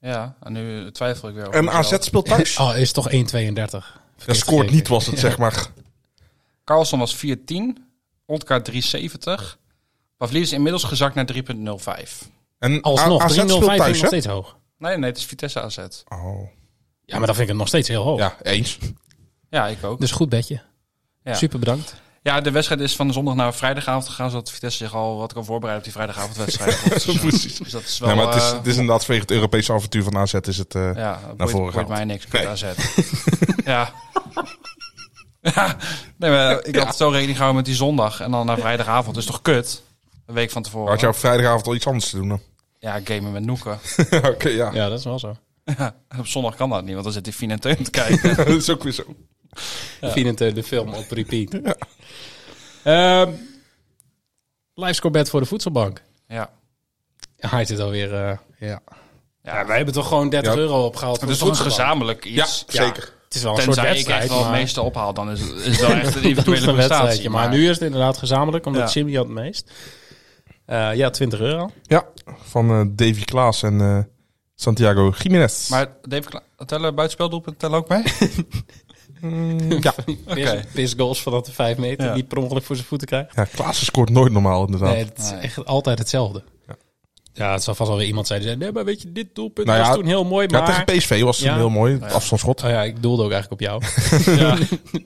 Speaker 7: Ja, en nu twijfel ik weer. over
Speaker 8: En
Speaker 7: mezelf.
Speaker 8: AZ speelt thuis.
Speaker 6: Oh, is toch 132.
Speaker 8: Dat scoort niet, was het zeg maar.
Speaker 7: Carlson was 410, Ontkaart 370. Pavlidis is inmiddels gezakt naar 3.05.
Speaker 8: En
Speaker 6: Alsnog,
Speaker 8: A-
Speaker 6: 305
Speaker 8: AZ speelt
Speaker 6: vind ik
Speaker 8: thuis,
Speaker 6: nog
Speaker 8: hè?
Speaker 6: steeds hoog.
Speaker 7: Nee, nee, het is Vitesse AZ.
Speaker 8: Oh.
Speaker 6: Ja, maar dan vind ik het nog steeds heel hoog.
Speaker 8: Ja, eens.
Speaker 7: Ja, ik ook.
Speaker 6: Dus goed bedje.
Speaker 7: Ja.
Speaker 6: Super bedankt.
Speaker 7: Ja, de wedstrijd is van de zondag naar vrijdagavond gegaan, zodat Vitesse zich al wat kan voorbereiden op die vrijdagavondwedstrijd.
Speaker 8: Precies.
Speaker 7: Dus dat is wel...
Speaker 8: Nee, maar het is,
Speaker 7: eh,
Speaker 8: het is inderdaad vanwege het Europese avontuur van AZ is het... eh,
Speaker 7: Ja, dat boeit, boeit
Speaker 8: voren gehaald.
Speaker 7: mij niks.
Speaker 8: Nee.
Speaker 7: Nee. AZ. ja. ja. Nee, maar ik had zo rekening gehouden met die zondag en dan naar vrijdagavond. Dus toch kut? Een week van tevoren.
Speaker 8: had jij op vrijdagavond al iets anders te doen dan?
Speaker 7: Ja, gamen met noeken.
Speaker 8: Oké, ja.
Speaker 6: Ja, dat is wel zo.
Speaker 7: En op zondag kan dat niet, want dan zit die Fien en Teun te kijken.
Speaker 8: dat is ook weer zo.
Speaker 6: Finite eh, de film op repeat. Ehm livescore bed Ehm, voor de voedselbank.
Speaker 7: ja.
Speaker 6: Hij zit alweer... eh ja.
Speaker 7: Ja.
Speaker 6: wij hebben toch gewoon 30
Speaker 8: Ja.
Speaker 6: euro opgehaald. voor
Speaker 7: Dus
Speaker 6: de
Speaker 7: toch
Speaker 6: voedselbank.
Speaker 7: gezamenlijk iets.
Speaker 8: Ja, zeker.
Speaker 6: Het is wel een soort
Speaker 7: Tenzij ik
Speaker 6: wedstrijd.
Speaker 7: echt wel het
Speaker 6: maar-
Speaker 7: meeste ophaal, dan is, is dat echt een
Speaker 6: dat is
Speaker 7: individuele
Speaker 6: een
Speaker 7: prestatie.
Speaker 6: wedstrijdje. Maar nu is het inderdaad gezamenlijk, omdat
Speaker 7: Ja.
Speaker 6: Jimmy had het meest. Eh, ja, 20 euro.
Speaker 8: Ja, van eh Davy Klaas en eh, Santiago Jiménez.
Speaker 7: Maar Dave, Kla- tellen buitenspeldoelpunten tellen ook mee?
Speaker 8: ja.
Speaker 7: Oké.
Speaker 6: Pisgoals vanaf de 5 meter
Speaker 7: Ja.
Speaker 6: die per ongeluk voor zijn voeten krijgt.
Speaker 8: ja, Klaassen scoort nooit normaal inderdaad.
Speaker 6: Nee, het is echt altijd hetzelfde. Ja. het zal vast wel weer iemand zijn die zei, nee, maar weet je, dit doelpunt
Speaker 8: Nou ja,
Speaker 6: was toen heel mooi,
Speaker 8: ja,
Speaker 6: maar...
Speaker 8: tegen PSV was het
Speaker 6: Ja.
Speaker 8: een heel mooi afstandsschot.
Speaker 6: Oh ja, ik doelde ook eigenlijk op jou.
Speaker 7: Ja.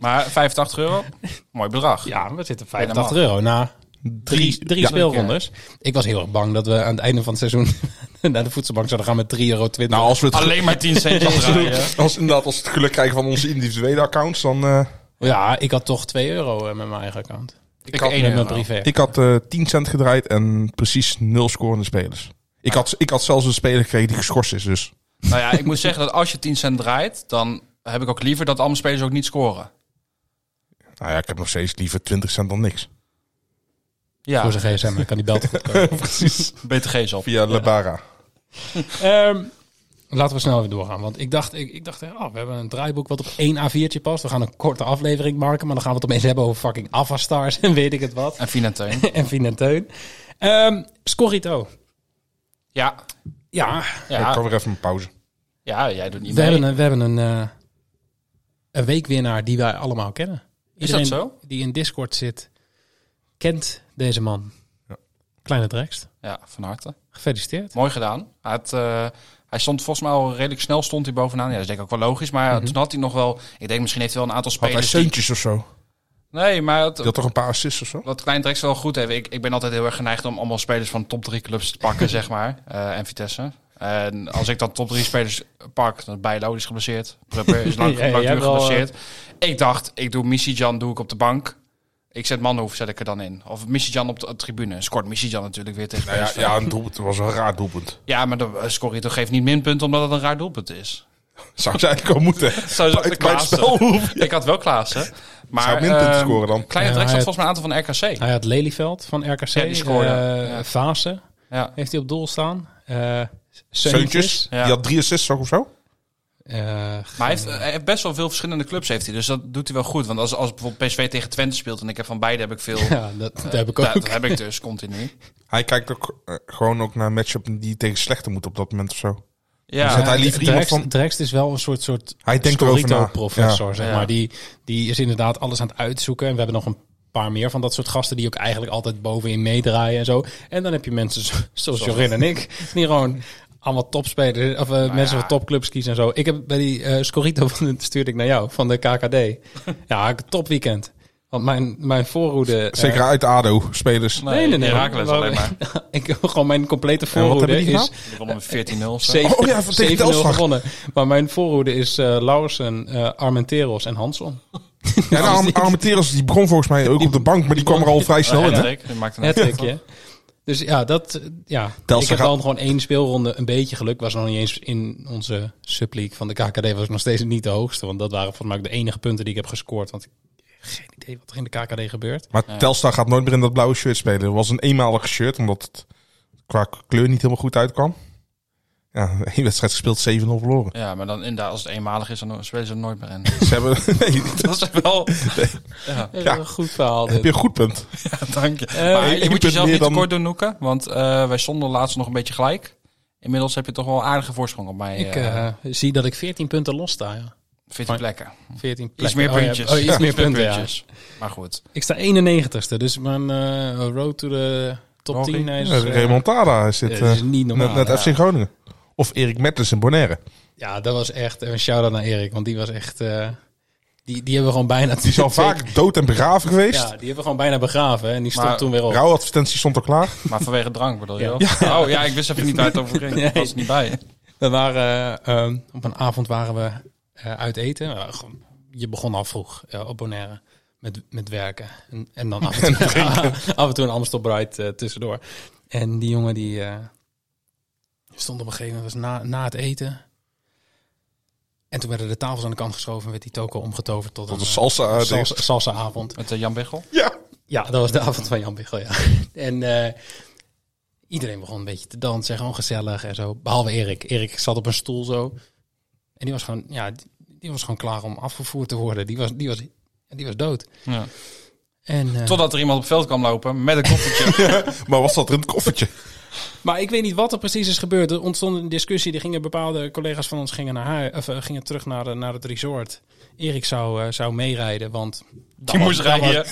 Speaker 7: Maar 85 euro, mooi bedrag.
Speaker 6: ja, we zitten
Speaker 7: 85
Speaker 6: 85 euro na drie,
Speaker 8: Drie-
Speaker 6: drie
Speaker 8: ja.
Speaker 6: speelrondes. Ik was heel erg bang dat we aan het einde van het seizoen naar de voedselbank zouden gaan met 3,20 euro.
Speaker 8: Nou, als we het
Speaker 7: Alleen maar 10 cent afdraaien.
Speaker 8: Als, inderdaad, als we het geluk krijgen van onze individuele accounts, dan... eh,
Speaker 6: Ja, ik had toch 2 euro eh, met mijn eigen account.
Speaker 7: Ik
Speaker 8: had-
Speaker 7: één
Speaker 6: Met
Speaker 7: euro.
Speaker 6: mijn privé.
Speaker 8: ik had eh 10 cent gedraaid en precies nul scorende spelers. Ik had, ik had zelfs een speler gekregen die geschorst is, dus...
Speaker 7: Nou ja, ik moet zeggen dat als je 10 cent draait, dan heb ik ook liever dat alle spelers ook niet scoren.
Speaker 8: Nou ja, ik heb nog steeds liever 20 cent dan niks.
Speaker 7: Ja,
Speaker 6: Voor zijn gsm, dan kan die belt goed komen.
Speaker 8: precies.
Speaker 7: BTG's op.
Speaker 8: Via Labara.
Speaker 6: Ehm, laten we snel even doorgaan. Want ik dacht, ik, ik dacht oh, we hebben een draaiboek wat op één A4'tje past. We gaan een korte aflevering maken. Maar dan gaan we het opeens hebben over fucking Avastars en weet ik het wat.
Speaker 7: En Finanteun.
Speaker 6: en Fien en Teun. Ehm, Scorrito.
Speaker 7: Ja.
Speaker 6: Ja,
Speaker 8: Ik
Speaker 7: Ja,
Speaker 8: kan weer even een pauze.
Speaker 7: ja, jij doet niet
Speaker 6: we
Speaker 7: mee.
Speaker 6: hebben een, we hebben een, eh, een weekwinnaar die wij allemaal kennen.
Speaker 7: Is dat
Speaker 6: Iedereen
Speaker 7: zo?
Speaker 6: die in Discord zit, kent deze man. Kleine Drekst.
Speaker 7: Ja, van harte.
Speaker 6: Gefeliciteerd.
Speaker 7: Mooi gedaan. Hij, had, eh, hij stond volgens mij al redelijk snel stond hij bovenaan. Ja, dat is denk ik ook wel logisch. Maar toen had hij nog wel... Ik denk misschien heeft hij wel een aantal
Speaker 8: Had hij
Speaker 7: spelers... die-
Speaker 8: zeuntjes of zo?
Speaker 7: Nee, maar het,
Speaker 8: Die had toch een paar assists of zo?
Speaker 7: wat Klein Drex wel goed heeft... Ik, ik ben altijd heel erg geneigd om allemaal spelers van top drie clubs te pakken, zeg maar. eh, en Vitesse. En als ik dan top drie spelers pak, dan Bijlo die is geblesseerd. Prupper is lang,
Speaker 6: Ja, jij
Speaker 7: langdurig
Speaker 6: hebt wel,
Speaker 7: geblesseerd. Ik dacht, ik doe Missy-Jan doe ik op de bank. Ik zet Manhoef, zet ik er dan in. Of Missy-Jan op de tribune. Scoort Missy-Jan natuurlijk weer tegen
Speaker 8: Nou ja,
Speaker 7: PSV.
Speaker 8: ja, een doelpunt. Het was wel een raar doelpunt.
Speaker 7: Ja, maar de Scorito geeft niet minpunten omdat het een raar doelpunt is.
Speaker 8: Zou ze eigenlijk al moeten.
Speaker 7: Zou
Speaker 8: Bij- bij het spel hoef
Speaker 7: Ik had wel Klaassen. Maar,
Speaker 8: Zou minpunten
Speaker 7: ehm,
Speaker 8: scoren dan?
Speaker 7: Kleine
Speaker 6: Ja,
Speaker 7: Drex had
Speaker 6: hij-
Speaker 7: volgens mij een aantal van RKC.
Speaker 6: Hij had Lelyveld van RKC.
Speaker 7: Ja, die scoorde.
Speaker 6: eh,
Speaker 7: Ja.
Speaker 6: Vaassen
Speaker 7: Ja.
Speaker 6: heeft hij op doel staan. Eh
Speaker 8: Zeuntjes.
Speaker 6: Seuntjes.
Speaker 7: Ja.
Speaker 8: Die had drie assists ook of zo?
Speaker 6: Eh, g-
Speaker 7: Maar hij heeft, hij heeft best wel veel verschillende clubs, heeft hij. Dus dat doet hij wel goed. Want als, als bijvoorbeeld PSV tegen Twente speelt... en ik heb van beide heb ik veel...
Speaker 6: ja, dat,
Speaker 8: Eh,
Speaker 6: dat heb ik
Speaker 7: dat,
Speaker 6: ook.
Speaker 7: dat heb ik dus continu.
Speaker 8: Hij kijkt ook eh, gewoon ook naar matchup die tegen slechte moet op dat moment of zo.
Speaker 7: Ja,
Speaker 8: Zet hij liever iemand
Speaker 6: Drext,
Speaker 8: van...
Speaker 6: Drext is wel een soort, soort
Speaker 8: Hij denkt erover na.
Speaker 6: professor zeg
Speaker 7: Ja.
Speaker 6: maar. Die, die is inderdaad alles aan het uitzoeken. En we hebben nog een paar meer van dat soort gasten... die ook eigenlijk altijd bovenin meedraaien en zo. En dan heb je mensen zo- zoals Jorin en ik... die gewoon allemaal topspelers... of eh, mensen van topclubs kiezen en zo. Ik heb bij die eh Scorito, van, dat stuurde ik naar jou, van de KKD. ja, topweekend. Want mijn, mijn voorhoede... eh,
Speaker 8: Zeker uit ADO, spelers.
Speaker 6: Nee, nee, nee.
Speaker 7: Heracles
Speaker 6: Maar-
Speaker 7: alleen maar.
Speaker 6: ik gewoon mijn complete
Speaker 8: En wat hebben
Speaker 6: voorhoede
Speaker 8: die gedaan?
Speaker 6: is
Speaker 7: Die wonnen met 14-0. of zo.
Speaker 6: 7
Speaker 8: Oh ja, van tegen
Speaker 6: 7-0
Speaker 8: Telstar.
Speaker 6: gewonnen. Maar mijn voorhoede is eh Lauwersen, eh, Armenteros en Hanson.
Speaker 8: Ja, nou, Arm- Armenteros die begon volgens mij ook op de bank, maar die kwam er al vrij snel in. hè?
Speaker 7: Hattrick, die maakte een
Speaker 6: Het
Speaker 7: hattrick.
Speaker 6: tikje. Dus ja, dat, eh, ja. ik heb
Speaker 8: gaat-
Speaker 6: dan gewoon één speelronde een beetje geluk. Was nog niet eens in onze subleague van de KKD. Was ik nog steeds niet de hoogste. Want dat waren volgens mij ook de enige punten die ik heb gescoord. Want ik heb geen idee wat er in de KKD gebeurt.
Speaker 8: Maar Telstar gaat nooit meer in dat blauwe shirt spelen. Het was een eenmalig shirt, omdat het qua kleur niet helemaal goed uitkwam. Ja, één wedstrijd gespeeld, 7-0 verloren.
Speaker 7: Ja, maar dan inderdaad, als het eenmalig is, dan spelen ze er nooit meer in.
Speaker 8: Ze hebben... Nee,
Speaker 7: dat is wel...
Speaker 6: Ja. Een Eh, goed verhaal
Speaker 8: heb
Speaker 6: dit.
Speaker 8: je een goed punt.
Speaker 7: Dank je.
Speaker 6: Eh,
Speaker 7: maar
Speaker 8: één
Speaker 7: je moet
Speaker 8: punt
Speaker 7: jezelf
Speaker 8: meer
Speaker 7: niet
Speaker 8: dan-
Speaker 7: tekort doen, Noeke. Want eh, wij stonden laatst nog een beetje gelijk. Inmiddels heb je toch wel een aardige voorsprong op mij.
Speaker 6: Ik
Speaker 7: eh,
Speaker 6: eh, zie dat ik 14 punten los sta. Ja.
Speaker 7: 14 plekken.
Speaker 6: 14
Speaker 7: Iets
Speaker 6: plekken.
Speaker 7: meer
Speaker 6: Oh ja,
Speaker 7: puntjes.
Speaker 6: oh, iets meer punten, ja.
Speaker 7: puntjes. Maar goed.
Speaker 6: Ik sta 91ste, dus mijn eh, road to the top
Speaker 7: Rory.
Speaker 6: 10 is,
Speaker 8: Ja,
Speaker 6: eh,
Speaker 8: Remontada is dit.
Speaker 6: eh, dat is
Speaker 8: eh,
Speaker 6: niet normaal,
Speaker 8: Net, net
Speaker 6: ja.
Speaker 8: FC Groningen. Of Erik Mettens in Bonaire.
Speaker 6: Ja, dat was echt een shout-out naar Erik, want die was echt... eh, die, die hebben we gewoon bijna...
Speaker 8: Die is al vaak dood en begraven geweest.
Speaker 6: Ja, die hebben we gewoon bijna begraven hè, en die stond
Speaker 7: Maar
Speaker 6: toen weer op.
Speaker 8: Rouwadvertentie stond al klaar.
Speaker 7: Maar vanwege drank bedoel je
Speaker 6: Ja.
Speaker 7: wel? Oh ja, ik wist even niet waar het over ging. Ik was er niet bij.
Speaker 6: We waren, eh, ehm, op een avond waren we eh, uit eten. Nou, gewoon- je begon al vroeg eh, op Bonaire met, met werken. En, en dan af en, toe, af en toe een Amstel Bright eh, tussendoor. En die jongen die eh, stond op een gegeven moment was na, na het eten. En toen werden de tafels aan de kant geschoven en werd die toko omgetoverd tot,
Speaker 8: Tot
Speaker 6: een
Speaker 8: een
Speaker 6: eh,
Speaker 8: salsa. eh,
Speaker 6: salsa- salsa-avond.
Speaker 7: Met eh, Jan Bechel.
Speaker 8: Ja.
Speaker 6: Ja, dat was de avond van Jan Biggel, ja. En eh, iedereen begon een beetje te dansen, gewoon gezellig en zo. Behalve Erik. Erik zat op een stoel zo. En die was gewoon, ja, die, die was gewoon klaar om afgevoerd te worden. Die was, die was, die was dood.
Speaker 7: Ja.
Speaker 6: En, eh,
Speaker 7: Totdat er iemand op veld kwam lopen met een koffertje.
Speaker 8: Maar was dat er in het koffertje?
Speaker 6: Maar ik weet niet wat er precies is gebeurd. Er ontstond een discussie. Die gingen bepaalde collega's van ons gingen, naar hui- of, eh, gingen terug naar, eh, naar het resort. Erik zou, eh, zou meerijden, want
Speaker 7: Die moest rijden.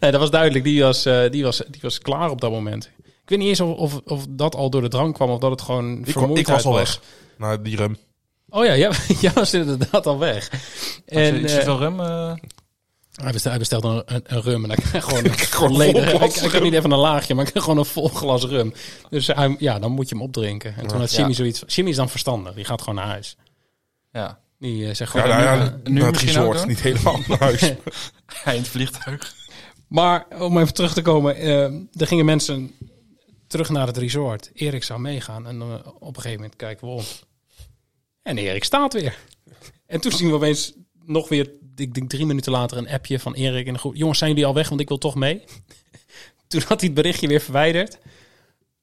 Speaker 6: Nee, dat was duidelijk. Die was, eh, die, was, die was klaar op dat moment. Ik weet niet eens of, of, of dat al door de drank kwam of dat het gewoon
Speaker 8: Ik, wa-
Speaker 6: vermoeidheid
Speaker 8: ik was al
Speaker 6: was.
Speaker 8: weg. Naar Nou, die eh, rem.
Speaker 6: Oh ja, jij, jij was inderdaad al weg. En,
Speaker 7: En,
Speaker 6: eh,
Speaker 7: zoveel rum. eh,
Speaker 6: hij, bestelt, hij bestelt een, een, een rum en hij krijgt gewoon een
Speaker 8: Gewoon
Speaker 6: leder.
Speaker 8: vol
Speaker 6: Ik,
Speaker 8: glas
Speaker 6: ik heb niet even een laagje, maar ik krijg gewoon een vol glas rum. Dus hij, ja, dan moet je hem opdrinken. En toen had Jimmy
Speaker 7: Ja.
Speaker 6: zoiets. Jimmy is dan verstandig. Die gaat gewoon naar huis.
Speaker 7: ja.
Speaker 6: Die eh, zegt
Speaker 8: Ja,
Speaker 6: gewoon.
Speaker 8: nou ja,
Speaker 7: nu- nu
Speaker 8: naar het
Speaker 7: misschien ook
Speaker 8: resort.
Speaker 7: dan?
Speaker 8: Niet helemaal naar huis.
Speaker 7: Hij in het vliegtuig.
Speaker 6: Maar om even terug te komen, eh, er gingen mensen terug naar het resort. Erik zou meegaan en eh, op een gegeven moment kijken we om. En Erik staat weer. En toen zien we opeens nog weer, ik denk drie minuten later, een appje van Erik in de groep. Jongens, zijn jullie al weg? Want ik wil toch mee. Toen had hij het berichtje weer verwijderd.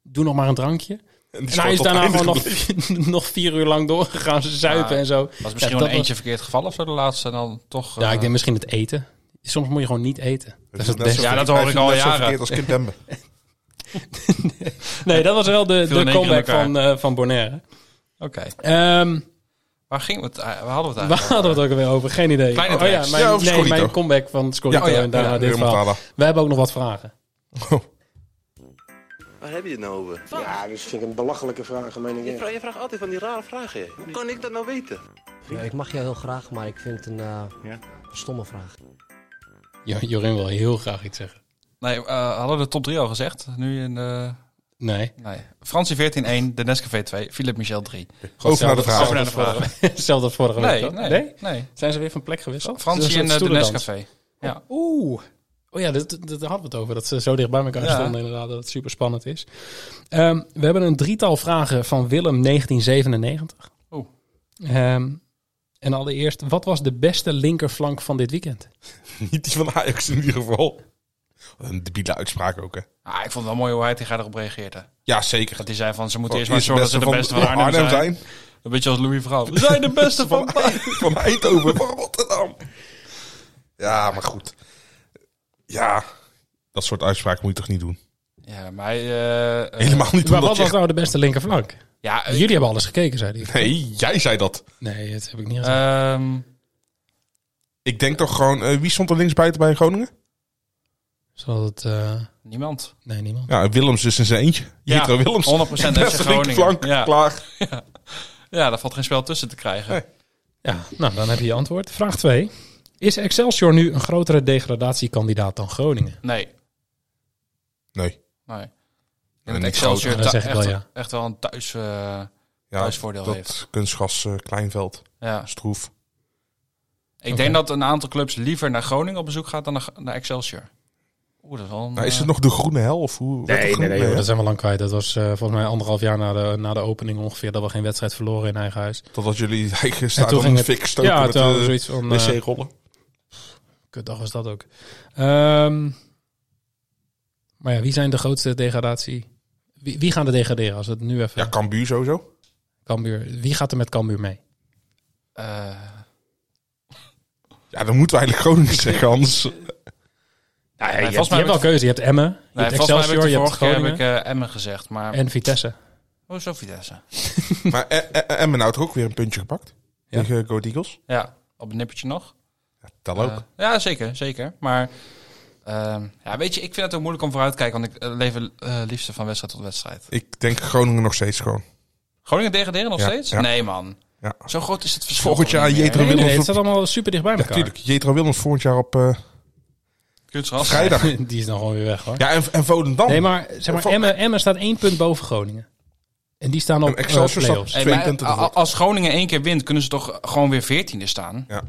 Speaker 6: Doe nog maar een drankje.
Speaker 8: En, die
Speaker 6: En hij is
Speaker 8: tot
Speaker 6: daarna
Speaker 8: einde
Speaker 6: gewoon nog,
Speaker 8: gebleven.
Speaker 6: nog vier uur lang doorgegaan. Ze zuipen
Speaker 7: Ja,
Speaker 6: en zo.
Speaker 7: Was
Speaker 6: Ja,
Speaker 7: misschien
Speaker 6: dat
Speaker 7: wel eentje verkeerd gevallen of zo de laatste. En dan toch...
Speaker 6: Ja,
Speaker 7: eh,
Speaker 6: ik denk misschien het eten. Soms moet je gewoon niet eten. Dat is het
Speaker 8: net zo
Speaker 6: beste.
Speaker 7: Ja, dat
Speaker 8: verkeerd-
Speaker 7: hoor ik
Speaker 8: hij
Speaker 7: al
Speaker 8: net zo
Speaker 7: jaren.
Speaker 8: verkeerd als Kim Dembe.
Speaker 6: Nee, dat was wel de,
Speaker 7: Viel in één
Speaker 6: de
Speaker 7: keer
Speaker 6: comeback
Speaker 7: in elkaar.
Speaker 6: van, eh van Bonaire.
Speaker 7: Oké.
Speaker 6: Ehm,
Speaker 7: Waar ging het? Eh, Waar hadden we het
Speaker 6: waar
Speaker 7: eigenlijk
Speaker 6: hadden we het ook weer over? Geen idee.
Speaker 7: Kleine
Speaker 6: oh ja,
Speaker 7: tracks.
Speaker 6: mijn,
Speaker 8: Ja, over
Speaker 6: nee,
Speaker 8: Scorito.
Speaker 6: mijn comeback van Scorito
Speaker 7: Ja, oh ja,
Speaker 6: en
Speaker 8: eh,
Speaker 6: daarna
Speaker 7: ja,
Speaker 6: dit
Speaker 8: Remontada.
Speaker 6: verhaal. We hebben ook nog wat vragen.
Speaker 10: Waar heb je het nou over?
Speaker 5: Ja, dus vind ik een belachelijke vraag, meen ik.
Speaker 10: Je vraagt, je vraagt altijd van die rare vragen. Hoe kan ik dat nou weten?
Speaker 11: Ik mag jou heel graag, maar ik vind het een eh, stomme vraag.
Speaker 6: Jo- Jorin wil heel graag iets zeggen.
Speaker 7: Nee, eh, hadden we de top 3 al gezegd. Nu in de...
Speaker 6: Nee.
Speaker 7: Nee. Fransie 14-1, de Nescafé 2, Philip Michel 3.
Speaker 8: Over naar de vraag.
Speaker 7: Over naar de vragen.
Speaker 6: Hetzelfde als vorige
Speaker 7: Nee,
Speaker 6: week. toch?
Speaker 7: nee, nee.
Speaker 6: Zijn ze weer van plek gewisseld? Dus
Speaker 7: Fransie
Speaker 6: dat
Speaker 7: en eh, de
Speaker 6: stoelendans.
Speaker 7: Nescafé. Ja.
Speaker 6: Oeh. Oh ja, dat, dat hadden we het over. Dat ze zo dicht bij elkaar
Speaker 7: Ja.
Speaker 6: stonden inderdaad. Dat het super spannend is. Ehm, we hebben een drietal vragen van Willem 1997.
Speaker 7: Oeh.
Speaker 6: Ehm, en allereerst, wat was de beste linkerflank van dit weekend?
Speaker 8: Niet die van Ajax in ieder geval. Wat Een debiele uitspraak ook, hè.
Speaker 7: Ah, ik vond het wel mooi hoe hij tegen haar erop reageerde.
Speaker 8: Ja, zeker.
Speaker 7: Dat hij zei van, ze moeten eerst
Speaker 8: Eerst
Speaker 7: maar zorgen dat ze de beste van, Arnhem, zijn.
Speaker 8: zijn.
Speaker 7: Een beetje als Louis Vrouw. We zijn de beste van...
Speaker 8: Van, van Eindhoven, van Rotterdam. Ja, maar goed. Ja, dat soort uitspraken moet je toch niet doen?
Speaker 7: Ja, maar hij... eh, eh,
Speaker 8: Helemaal niet
Speaker 6: maar
Speaker 8: omdat
Speaker 6: wat
Speaker 8: je...
Speaker 6: was nou de beste linkerflank?
Speaker 7: Ja, eh,
Speaker 6: Jullie hebben alles gekeken, zei hij. Eh.
Speaker 8: Nee, jij zei dat.
Speaker 6: Nee, dat heb ik niet gezegd.
Speaker 7: ehm,
Speaker 8: Ik denk toch gewoon... eh, wie stond er linksbuiten bij Groningen?
Speaker 6: Zal het... eh,
Speaker 7: niemand.
Speaker 6: nee, niemand.
Speaker 8: Ja, Willems dus in zijn eentje.
Speaker 7: Ja,
Speaker 8: Jetro
Speaker 7: 100%
Speaker 8: Willems.
Speaker 7: FC
Speaker 8: Beste
Speaker 7: Groningen.
Speaker 8: linkerflank,
Speaker 7: Ja.
Speaker 8: klaar.
Speaker 7: ja, daar valt geen spel tussen te krijgen.
Speaker 8: Nee.
Speaker 6: Ja, nou, dan heb je je antwoord. Vraag 2. Is Excelsior nu een grotere degradatiekandidaat dan Groningen?
Speaker 7: Nee.
Speaker 8: Nee.
Speaker 7: nee. Ik
Speaker 8: En
Speaker 7: denk dat
Speaker 8: niet
Speaker 7: Excelsior
Speaker 6: groot. Dat
Speaker 7: ta-
Speaker 6: zeg ik
Speaker 7: echt,
Speaker 6: wel,
Speaker 7: wel,
Speaker 6: ja.
Speaker 7: echt wel een thuis, eh,
Speaker 8: Ja,
Speaker 7: thuisvoordeel heeft.
Speaker 8: dat kunstgas eh, Kleinveld.
Speaker 7: Ja.
Speaker 8: Stroef.
Speaker 7: Ik
Speaker 6: Oké.
Speaker 7: denk dat een aantal clubs liever naar Groningen op bezoek gaat dan naar, naar Excelsior. Oeh, dat is wel een,
Speaker 8: Nou, is het
Speaker 7: eh,
Speaker 8: nog de groene hel? Of hoe, werd het groen?
Speaker 6: joh,
Speaker 8: hè?
Speaker 6: dat zijn we lang kwijt. Dat was eh, volgens mij anderhalf jaar na de, na de opening ongeveer dat we geen wedstrijd verloren in eigen huis.
Speaker 8: Totdat jullie eigen
Speaker 6: toen
Speaker 8: staat
Speaker 6: ging
Speaker 8: om de
Speaker 6: het-
Speaker 8: fik stoken
Speaker 6: ja,
Speaker 8: met
Speaker 6: toen hadden we
Speaker 8: de
Speaker 6: zoiets van... eh,
Speaker 8: wc-rollen.
Speaker 6: Kutdag was dat ook. Ehm, maar ja, wie zijn de grootste degradatie? Wie, wie gaan er degraderen als het nu even...
Speaker 8: Ja, Cambuur sowieso.
Speaker 6: Cambuur, wie gaat er met Cambuur mee?
Speaker 7: eh,
Speaker 8: Ja, dan moeten we eigenlijk Groningen zeggen, anders...
Speaker 7: nee,
Speaker 6: je, hebt,
Speaker 7: volgens mij
Speaker 6: je hebt wel
Speaker 7: heb ik-
Speaker 6: keuze. Je hebt Emmen, je
Speaker 7: nee,
Speaker 6: hebt
Speaker 7: volgens mij heb ik
Speaker 6: Excelsior,
Speaker 7: de
Speaker 6: je hebt
Speaker 7: vorige keer heb
Speaker 6: Groningen
Speaker 7: ik eh, Emmen gezegd, maar
Speaker 6: en Vitesse.
Speaker 7: hoezo Vitesse?
Speaker 8: Maar eh, eh, eh, Emmen nou toch ook weer een puntje gepakt?
Speaker 6: Ja.
Speaker 8: Tegen eh, Go Eagles?
Speaker 7: Ja, op een nippertje nog.
Speaker 8: Dat ook.
Speaker 7: Eh, ja, zeker, zeker. Maar ehm, ja, weet je, ik vind het ook moeilijk om vooruit te kijken, want ik eh, leef het eh, liefste van wedstrijd tot wedstrijd.
Speaker 8: ik denk Groningen nog steeds gewoon.
Speaker 7: Groningen degraderen nog
Speaker 8: Ja,
Speaker 7: steeds?
Speaker 8: ja.
Speaker 7: Nee, man.
Speaker 8: Ja.
Speaker 7: Zo groot is het verschil.
Speaker 8: Volgend
Speaker 7: toch
Speaker 8: jaar
Speaker 7: niet meer,
Speaker 8: Jetro
Speaker 7: hè?
Speaker 6: Nee, nee,
Speaker 8: Willems
Speaker 6: nee, het
Speaker 8: op-
Speaker 6: staat allemaal super dicht bij
Speaker 8: Ja,
Speaker 6: elkaar.
Speaker 8: tuurlijk. Jetro Willems volgend jaar op eh,
Speaker 7: Kunstgras.
Speaker 8: vrijdag.
Speaker 6: Die is dan gewoon weer weg hoor.
Speaker 8: Ja, en, en Volendam.
Speaker 6: Nee, maar, zeg maar
Speaker 8: Vol-
Speaker 6: Emmen, Emmen staat één punt boven Groningen. En die staan op
Speaker 8: En Excelsior
Speaker 6: eh,
Speaker 8: staat-
Speaker 6: play-offs.
Speaker 7: Hey,
Speaker 8: Twee
Speaker 7: maar ah,
Speaker 8: punten
Speaker 7: a- a-
Speaker 8: ervoor.
Speaker 7: als Groningen één keer wint, kunnen ze toch gewoon weer veertiende staan?
Speaker 8: Ja.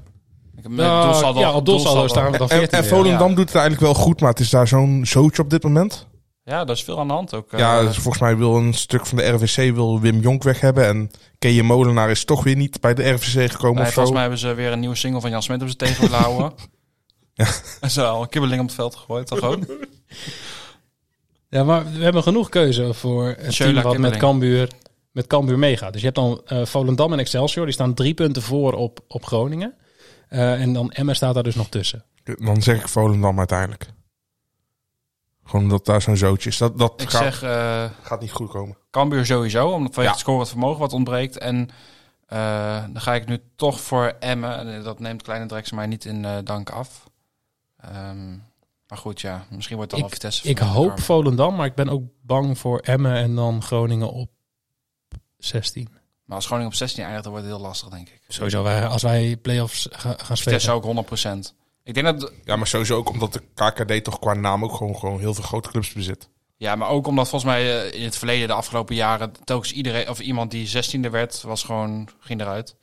Speaker 7: Ik heb met
Speaker 6: Ja,
Speaker 7: doelsaldo-
Speaker 6: Nou, ja, op doelsaldo
Speaker 7: doelsaldo.
Speaker 6: staan we dan
Speaker 8: en,
Speaker 6: 14.
Speaker 8: en Volendam doet het eigenlijk wel goed, maar het is daar zo'n zootje op dit moment.
Speaker 7: Ja, daar is veel aan de hand ook. eh.
Speaker 8: ja, dus volgens mij wil een stuk van de RVC wil Wim Jonk weg hebben. En Keje Molenaar is toch weer niet bij de RVC gekomen
Speaker 7: Nee,
Speaker 8: of zo.
Speaker 7: volgens mij hebben ze weer een nieuwe single van Jan Smit op ze tegengehouden. En ze al een kibbeling op het veld gegooid, toch ook?
Speaker 6: Ja, maar we hebben genoeg keuze voor een
Speaker 7: Sjöla
Speaker 6: team wat met
Speaker 7: Kimmerling.
Speaker 6: Cambuur, met Cambuur meegaat. Dus je hebt dan eh, Volendam en Excelsior. Die staan drie punten voor op, op Groningen. Eh, en dan Emmen staat daar dus nog tussen.
Speaker 8: Dan zeg ik Volendam uiteindelijk. Gewoon omdat daar zo'n zootje is. Dat, dat
Speaker 7: Ik
Speaker 8: gaat,
Speaker 7: zeg eh
Speaker 8: gaat niet goed komen.
Speaker 7: Cambuur sowieso, omdat vanwege
Speaker 8: Ja.
Speaker 7: het scorend vermogen wat ontbreekt. En eh, dan ga ik nu toch voor Emmen. En eh, dat neemt Kleine Dreks mij niet in eh, dank af. Ehm, maar goed, ja. Misschien wordt het dan
Speaker 6: Ik-
Speaker 7: wel Vitesse.
Speaker 6: Ik
Speaker 7: van
Speaker 6: hoop
Speaker 7: Karma.
Speaker 6: Volendam, maar ik ben ook bang voor Emmen en dan Groningen op 16.
Speaker 7: Maar als Groningen op 16 eindigt, dan wordt het heel lastig, denk ik.
Speaker 6: Sowieso, wij- als wij play-offs ga- gaan spelen.
Speaker 7: Vitesse ook 100%. Ik denk dat...
Speaker 8: Ja, maar sowieso ook omdat de KKD toch qua naam ook gewoon, gewoon heel veel grote clubs bezit.
Speaker 7: Ja, maar ook omdat volgens mij eh, in het verleden, de afgelopen jaren, telkens iedereen of iemand die 16e werd, was gewoon, ging eruit.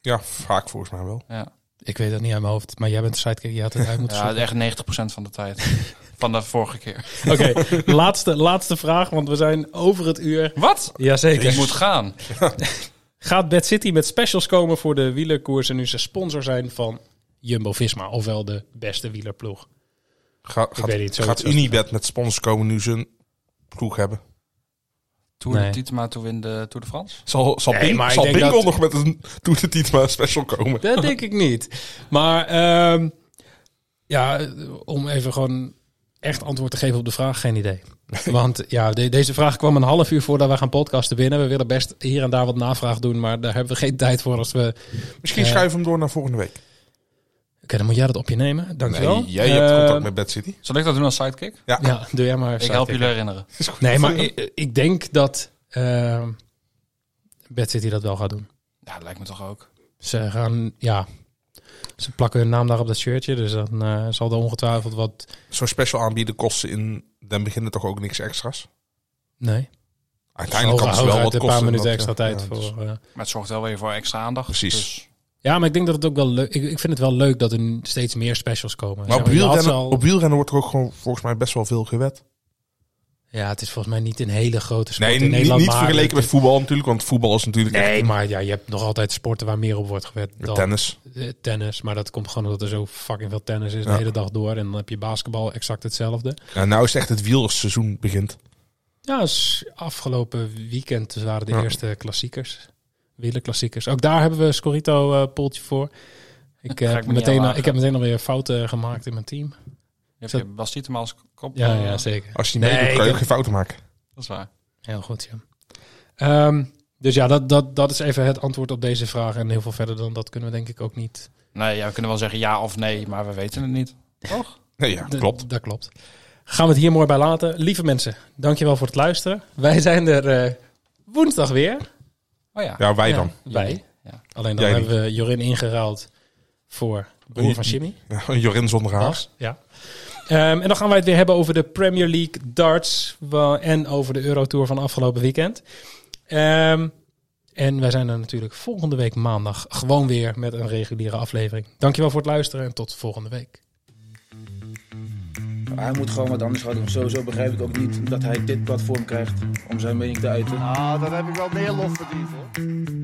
Speaker 8: Ja, vaak volgens mij wel.
Speaker 6: Ik weet dat niet uit mijn hoofd, maar jij bent de sidekick, je had het uit moeten
Speaker 7: Ja,
Speaker 6: zoeken.
Speaker 7: echt 90% van de tijd. van de vorige keer.
Speaker 6: Oké, laatste, laatste vraag, want we zijn over het uur.
Speaker 7: Wat?
Speaker 6: Jazeker.
Speaker 7: Ik moet gaan.
Speaker 6: Gaat Bad City met specials komen voor de wielerkoers en nu ze sponsor zijn van Jumbo-Visma, ofwel de beste wielerploeg?
Speaker 8: Ga, gaat
Speaker 6: weet niet, zoiets
Speaker 8: gaat
Speaker 6: was
Speaker 8: Unibet met sponsors komen nu ze een ploeg hebben?
Speaker 7: Tour
Speaker 6: Nee.
Speaker 7: de Tietema, Tour in de Tour de France.
Speaker 8: Zal, zal,
Speaker 6: Nee,
Speaker 8: Bing-
Speaker 6: maar ik
Speaker 8: zal
Speaker 6: denk
Speaker 8: Bingo
Speaker 6: dat-
Speaker 8: nog met een Tour de Tietma special komen?
Speaker 6: Dat denk ik niet. Maar ehm, ja, om even gewoon echt antwoord te geven op de vraag, geen idee. Want ja, de- deze vraag kwam een half uur voordat we gaan podcasten binnen. We willen best hier en daar wat navraag doen, maar daar hebben we geen tijd voor als we... Oké,
Speaker 8: Misschien
Speaker 6: Eh,
Speaker 8: schuiven we hem door naar volgende week.
Speaker 6: dan moet jij dat op je nemen. Dankjewel.
Speaker 8: Nee, jij hebt
Speaker 6: Ehm,
Speaker 8: contact met Bad City.
Speaker 7: Zal ik dat doen als sidekick?
Speaker 6: Ja, doe jij maar.
Speaker 7: Ik help jullie herinneren.
Speaker 6: Nee, maar ik, ik denk dat ehm Bad City dat wel gaat doen.
Speaker 7: Ja, dat lijkt me toch ook.
Speaker 6: Ze gaan, ja... Ze plakken hun naam daar op dat shirtje, dus dan eh, zal er ongetwijfeld wat...
Speaker 8: Zo'n special aanbieden kost ze in den beginnen toch ook niks extra's?
Speaker 6: Nee.
Speaker 8: Uiteindelijk kan ze wel
Speaker 6: Hooguit
Speaker 8: wat
Speaker 6: een
Speaker 8: kosten.
Speaker 6: paar minuten
Speaker 8: dat,
Speaker 6: extra
Speaker 8: ja,
Speaker 6: tijd
Speaker 8: ja,
Speaker 6: voor. eh.
Speaker 8: dus-
Speaker 7: Maar het zorgt wel weer voor extra aandacht.
Speaker 8: Precies.
Speaker 7: Dus
Speaker 6: ja, maar ik denk dat het ook wel leuk. Ik, ik vind het wel leuk dat er nu steeds meer specials komen.
Speaker 8: Maar
Speaker 6: Zeg
Speaker 8: op
Speaker 6: je had ze
Speaker 8: wielrennen,
Speaker 6: al-
Speaker 8: op wielrennen wordt er ook gewoon volgens mij best wel veel gewet.
Speaker 6: Ja, het is volgens mij niet een hele grote sport
Speaker 8: Nee,
Speaker 6: in
Speaker 8: niet,
Speaker 6: Nederland.
Speaker 8: niet
Speaker 6: maar
Speaker 8: vergeleken met
Speaker 6: het-
Speaker 8: voetbal natuurlijk, want voetbal is natuurlijk echt
Speaker 6: Nee, maar ja, je hebt nog altijd sporten waar meer op wordt gewet dan tennis.
Speaker 8: tennis.
Speaker 6: tennis. Maar dat komt gewoon omdat er zo fucking veel tennis is de
Speaker 8: Ja.
Speaker 6: hele dag door. En dan heb je basketbal exact hetzelfde.
Speaker 8: Ja, nou is het echt het wielerseizoen begint.
Speaker 6: Ja, dus afgelopen weekend waren de
Speaker 8: Ja.
Speaker 6: eerste klassiekers. Wielerklassiekers. Ook daar hebben we een Scorito-poeltje voor. Ik, eh,
Speaker 7: Ga ik me
Speaker 6: heb
Speaker 7: niet aan
Speaker 6: meteen,
Speaker 7: wagen.
Speaker 6: ik heb meteen alweer fouten gemaakt in mijn team.
Speaker 7: je
Speaker 6: Zet-
Speaker 7: hebt Bastitema als kop.
Speaker 6: Ja,
Speaker 7: eh,
Speaker 6: ja zeker.
Speaker 8: Als je
Speaker 6: Nee,
Speaker 8: niet meedoet, kan je
Speaker 6: ik-
Speaker 8: ook geen fouten maken.
Speaker 7: Dat is waar.
Speaker 6: Heel goed, ja. Ehm, dus ja, dat, dat, dat is even het antwoord op deze vraag. En heel veel verder dan dat kunnen we denk ik ook niet.
Speaker 7: Nee, ja, we kunnen wel zeggen ja of nee, maar we weten het niet. Toch?
Speaker 8: Nee, ja,
Speaker 6: D-
Speaker 8: klopt.
Speaker 6: Dat klopt. Gaan we het hier mooi bij laten. Lieve mensen, dankjewel voor het luisteren. Wij zijn er eh, woensdag weer.
Speaker 7: Oh ja.
Speaker 8: Ja, wij
Speaker 6: Ja,
Speaker 8: dan.
Speaker 6: Wij.
Speaker 7: Ja.
Speaker 6: Alleen dan
Speaker 8: Jij
Speaker 6: hebben we Jorin ingeruild voor broer van Jimmy.
Speaker 8: Ja, Jorin zonder haar.
Speaker 6: Bas, ja. Ehm, en dan gaan wij het weer hebben over de Premier League darts wa- en over de Eurotour van afgelopen weekend. Ehm, en wij zijn er natuurlijk volgende week maandag gewoon weer met een reguliere aflevering. Dankjewel voor het luisteren en tot volgende week.
Speaker 10: Hij moet gewoon wat anders gaan doen. Sowieso begrijp ik ook niet dat hij dit platform krijgt om zijn mening te uiten.
Speaker 3: Nou, Ah, dat heb ik wel meer lof verdiend hoor.